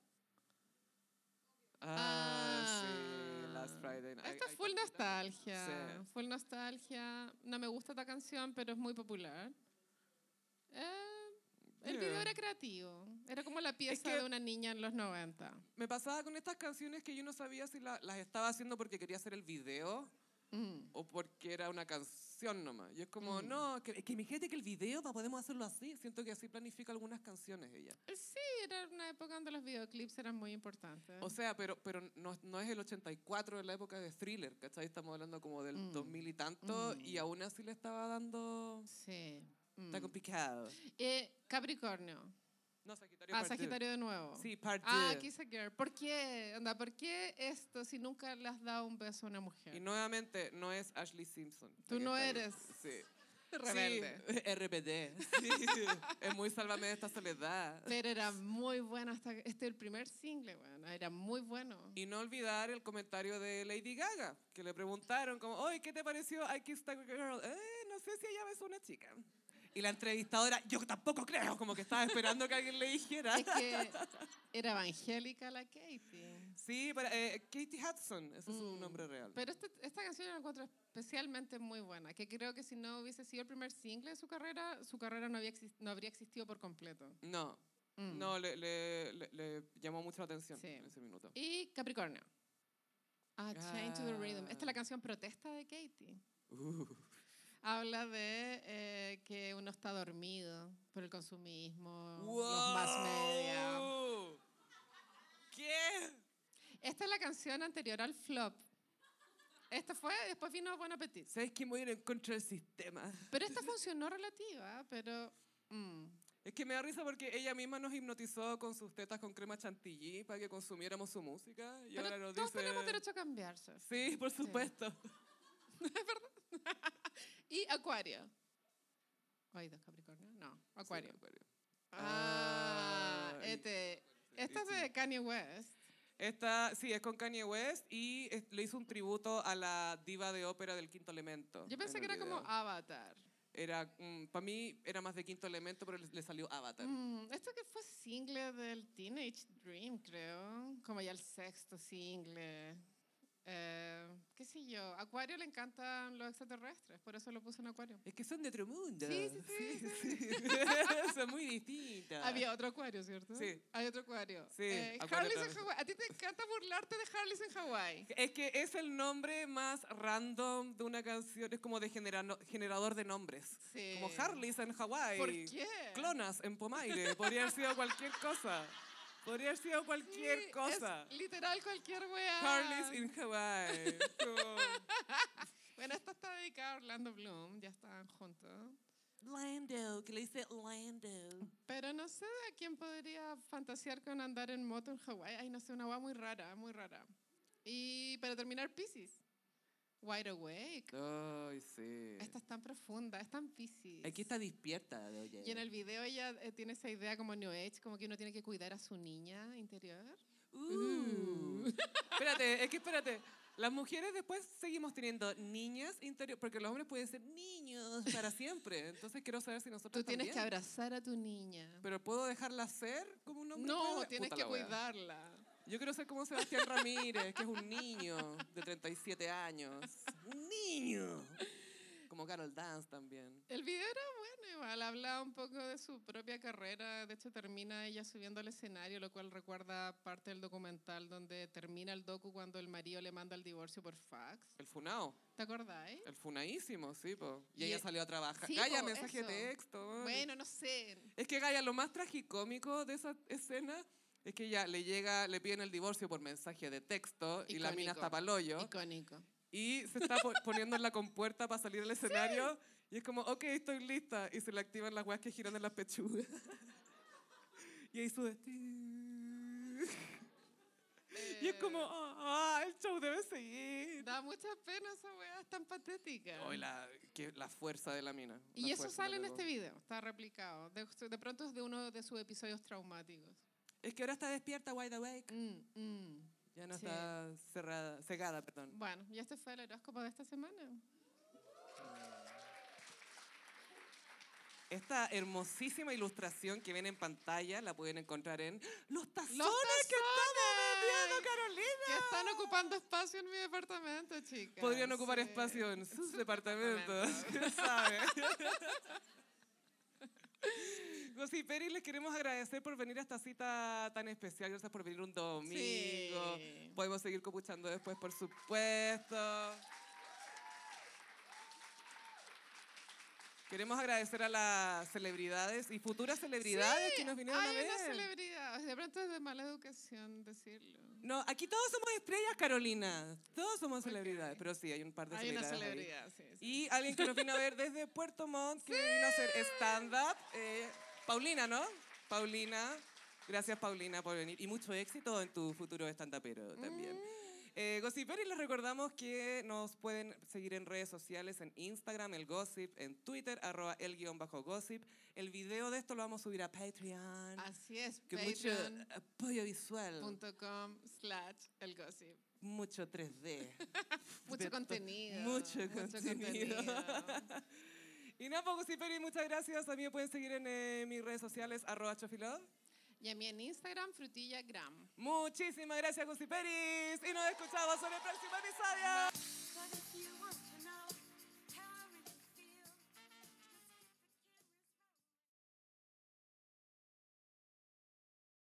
Ah, Ah. sí, Last Friday. Night. Esta Ay, es full capitán. nostalgia. Sí. Full nostalgia. No me gusta esta canción, pero es muy popular. Eh, el video Yeah. era creativo. Era como la pieza que- de una niña en los 90. Me pasaba con estas canciones que yo no sabía si la- las estaba haciendo porque quería hacer el video Mm. o porque era una canción nomás. Y es como, Mm. no, que, que imagínate que el video pa- podemos hacerlo así. Siento que así planifica algunas canciones ella. Sí, era una época donde los videoclips eran muy importantes. O sea, pero, pero no, no es el 84 de la época de Thriller, ¿cachai? Estamos hablando como del Mm. 2000 y tanto y Mm. aún así le estaba dando... sí. Está mm. complicado. Eh, Capricornio. No, Sagitario. Ah, part two. Sagitario de nuevo. Sí, part Ah, two. Kiss a Girl. ¿Por qué? Onda, ¿por qué esto si nunca le has dado un beso a una mujer? Y nuevamente, no es Ashley Simpson. la Tú que no está ahí. eres. Sí. Rebelde. (laughs) Sí, RBD. Sí. es muy sálvame de esta soledad. Pero (laughs) era muy bueno. Hasta, este el primer single, bueno, era muy bueno. Y no olvidar el comentario de Lady Gaga, que le preguntaron como, oye, ¿qué te pareció I Kissed a Girl? "Eh, no sé si ella besó a una chica. Y la entrevistadora, yo tampoco creo, como que estaba esperando que alguien le dijera. Es que era evangélica la Katie. (laughs) Sí, pero, eh, Katie Hudson, ese es su Mm. nombre real. Pero este- esta canción yo la encuentro especialmente muy buena, que creo que si no hubiese sido el primer single de su carrera, su carrera no, había exis- no habría existido por completo. No, Mm. no, le, le- le- le llamó mucho la atención Sí. en ese minuto. Y Capricornio. Ah, Change to the Rhythm. Esta es Ah. la canción protesta de Katie. Oh, Uh. Habla de eh, que uno está dormido por el consumismo, los ¡Wow! más media. ¿Qué? Esta es la canción anterior al flop. Esta fue, después vino Buen Appetit. ¿Sabes que me voy a ir en contra del sistema? Pero esta funcionó relativa, pero... mm. Es que me da risa porque ella misma nos hipnotizó con sus tetas con crema chantilly para que consumiéramos su música. Y ahora Pero nos todos dice... tenemos derecho a cambiarse. Sí, por supuesto. Y Acuario. ¿Oídos, Capricornio? No, (laughs) Acuario. Sí, acuario. Ah, Ay. este. Esta es de Kanye West. Esta, sí, es con Kanye West y es- le hizo un tributo a la diva de ópera del Quinto Elemento. Yo pensé en que el era como video. Avatar. Era, para mí era más de Quinto Elemento, pero le, le salió Avatar. Mm, esto que fue single del Teenage Dream, creo. Como ya el sexto single. Eh, ¿Qué sé yo? Acuario le encantan los extraterrestres, por eso lo puso en Acuario. Es que son de otro mundo. Sí, sí, sí, (laughs) sí. (laughs) son muy distintas. Había otro acuario, ¿cierto? Ah. Sí. Hay otro acuario. Sí, Eh, Acuario Harley's en también. Hawái. A ti te encanta burlarte de Harley's en Hawái. Es que es el nombre más random de una canción, es como de generano- generador de nombres. Sí. Como Harleys en Hawái. Eh, ¿Por qué? Clonas en Pomaire. Podría haber sido cualquier cosa. Podría haber sido cualquier Sí, es cosa. literal cualquier wea. Harleys en Hawái. Como, Bueno, esta está dedicada a Orlando Bloom, ya estaban juntos. Lando, que le dice Lando. Pero no sé a quién podría fantasear con andar en moto en Hawái. Ay, no sé, una wea muy rara, muy rara. Y para terminar, Pisces. Wide Awake. Ay, sí. Esta es tan profunda, es tan Pisces. Aquí está despierta, oye. Y en el video ella eh, tiene esa idea como New Age, como que uno tiene que cuidar a su niña interior. Uh. (laughs) espérate, es que espérate. Las mujeres después seguimos teniendo niñas interior, porque los hombres pueden ser niños para siempre. Entonces quiero saber si nosotros Tú tienes que también. abrazar a tu niña. Pero puedo dejarla ser como un hombre. No, puede? tienes Puta que la wea. cuidarla. Yo quiero ser como Sebastián Ramírez, que es un niño de 37 años. Un niño. Como Carol Dance también. El video era bueno, igual hablaba un poco de su propia carrera. De hecho, termina ella subiendo al escenario, lo cual recuerda parte del documental donde termina el docu cuando el marido le manda el divorcio por fax. El funao, ¿Te acordáis? el funaísimo, sí, po. Y Y ella e- salió a trabajar. sí, Gaya, po, mensaje eso. de texto. ay. Bueno, no sé. Es que Gaia, lo más tragicómico de esa escena es que ya le llega, le piden el divorcio por mensaje de texto y la mina Icónico. está pa'l hoyo Icónico. y se está po- poniendo en la compuerta para salir al escenario y es como, ok, estoy lista y se le activan las weas que giran en las pechugas. (laughs) y ahí sube. y es como, ah, ah, el show debe seguir. Eh, Da mucha pena esa weá, es tan patética. Ay, la, que, la fuerza de la mina. la Y eso fuerza sale en de este todo. video, está replicado. De, de pronto es de uno de sus episodios traumáticos. Es que ahora está despierta, wide awake. Mm, mm. Ya no Sí. está cerrada, cegada, perdón. Bueno, y este fue el horóscopo de esta semana. Esta hermosísima ilustración que viene en pantalla la pueden encontrar en Los tazones, Los que está tazones. vendiendo Carolina. Que están ocupando espacio en mi departamento, chicas. Podrían ocupar Sí. espacio en sus departamento. departamentos, ¿quién (laughs) sabe? Gossiperis, les queremos agradecer por venir a esta cita tan especial. Gracias por venir un domingo. Sí. Podemos seguir copuchando después, por supuesto. Queremos agradecer a las celebridades y futuras celebridades que nos vinieron a Hay ver. una celebridad. De pronto es de mala educación decirlo. No, aquí todos somos estrellas, Carolina. Todos somos celebridades, pero sí, hay un par de Hay una celebridades. ahí. celebridad, sí. sí. Y alguien que nos vino a ver desde Puerto Montt, que vino a hacer stand-up. eh, Paulina, ¿no? Paulina. Gracias, Paulina, por venir. Y mucho éxito en tu futuro stand-upero también. Mm. Eh, Gossiperis, les recordamos que nos pueden seguir en redes sociales, en Instagram, el Gossip, en Twitter, arroba el guión bajo Gossip. El video de esto lo vamos a subir a Patreon. Así es, que mucho eh, apoyo visual, patreon.com slash el gossip. mucho 3D. Mucho De to- contenido. mucho contenido. (laughs) Y nada, pues, Gossiperi, muchas gracias. A mí me pueden seguir en eh, mis redes sociales, arroba chofilove. y a mí en Instagram, frutillagram. Muchísimas gracias, Gossiperis. Y nos escuchamos en el próximo episodio. But if you want to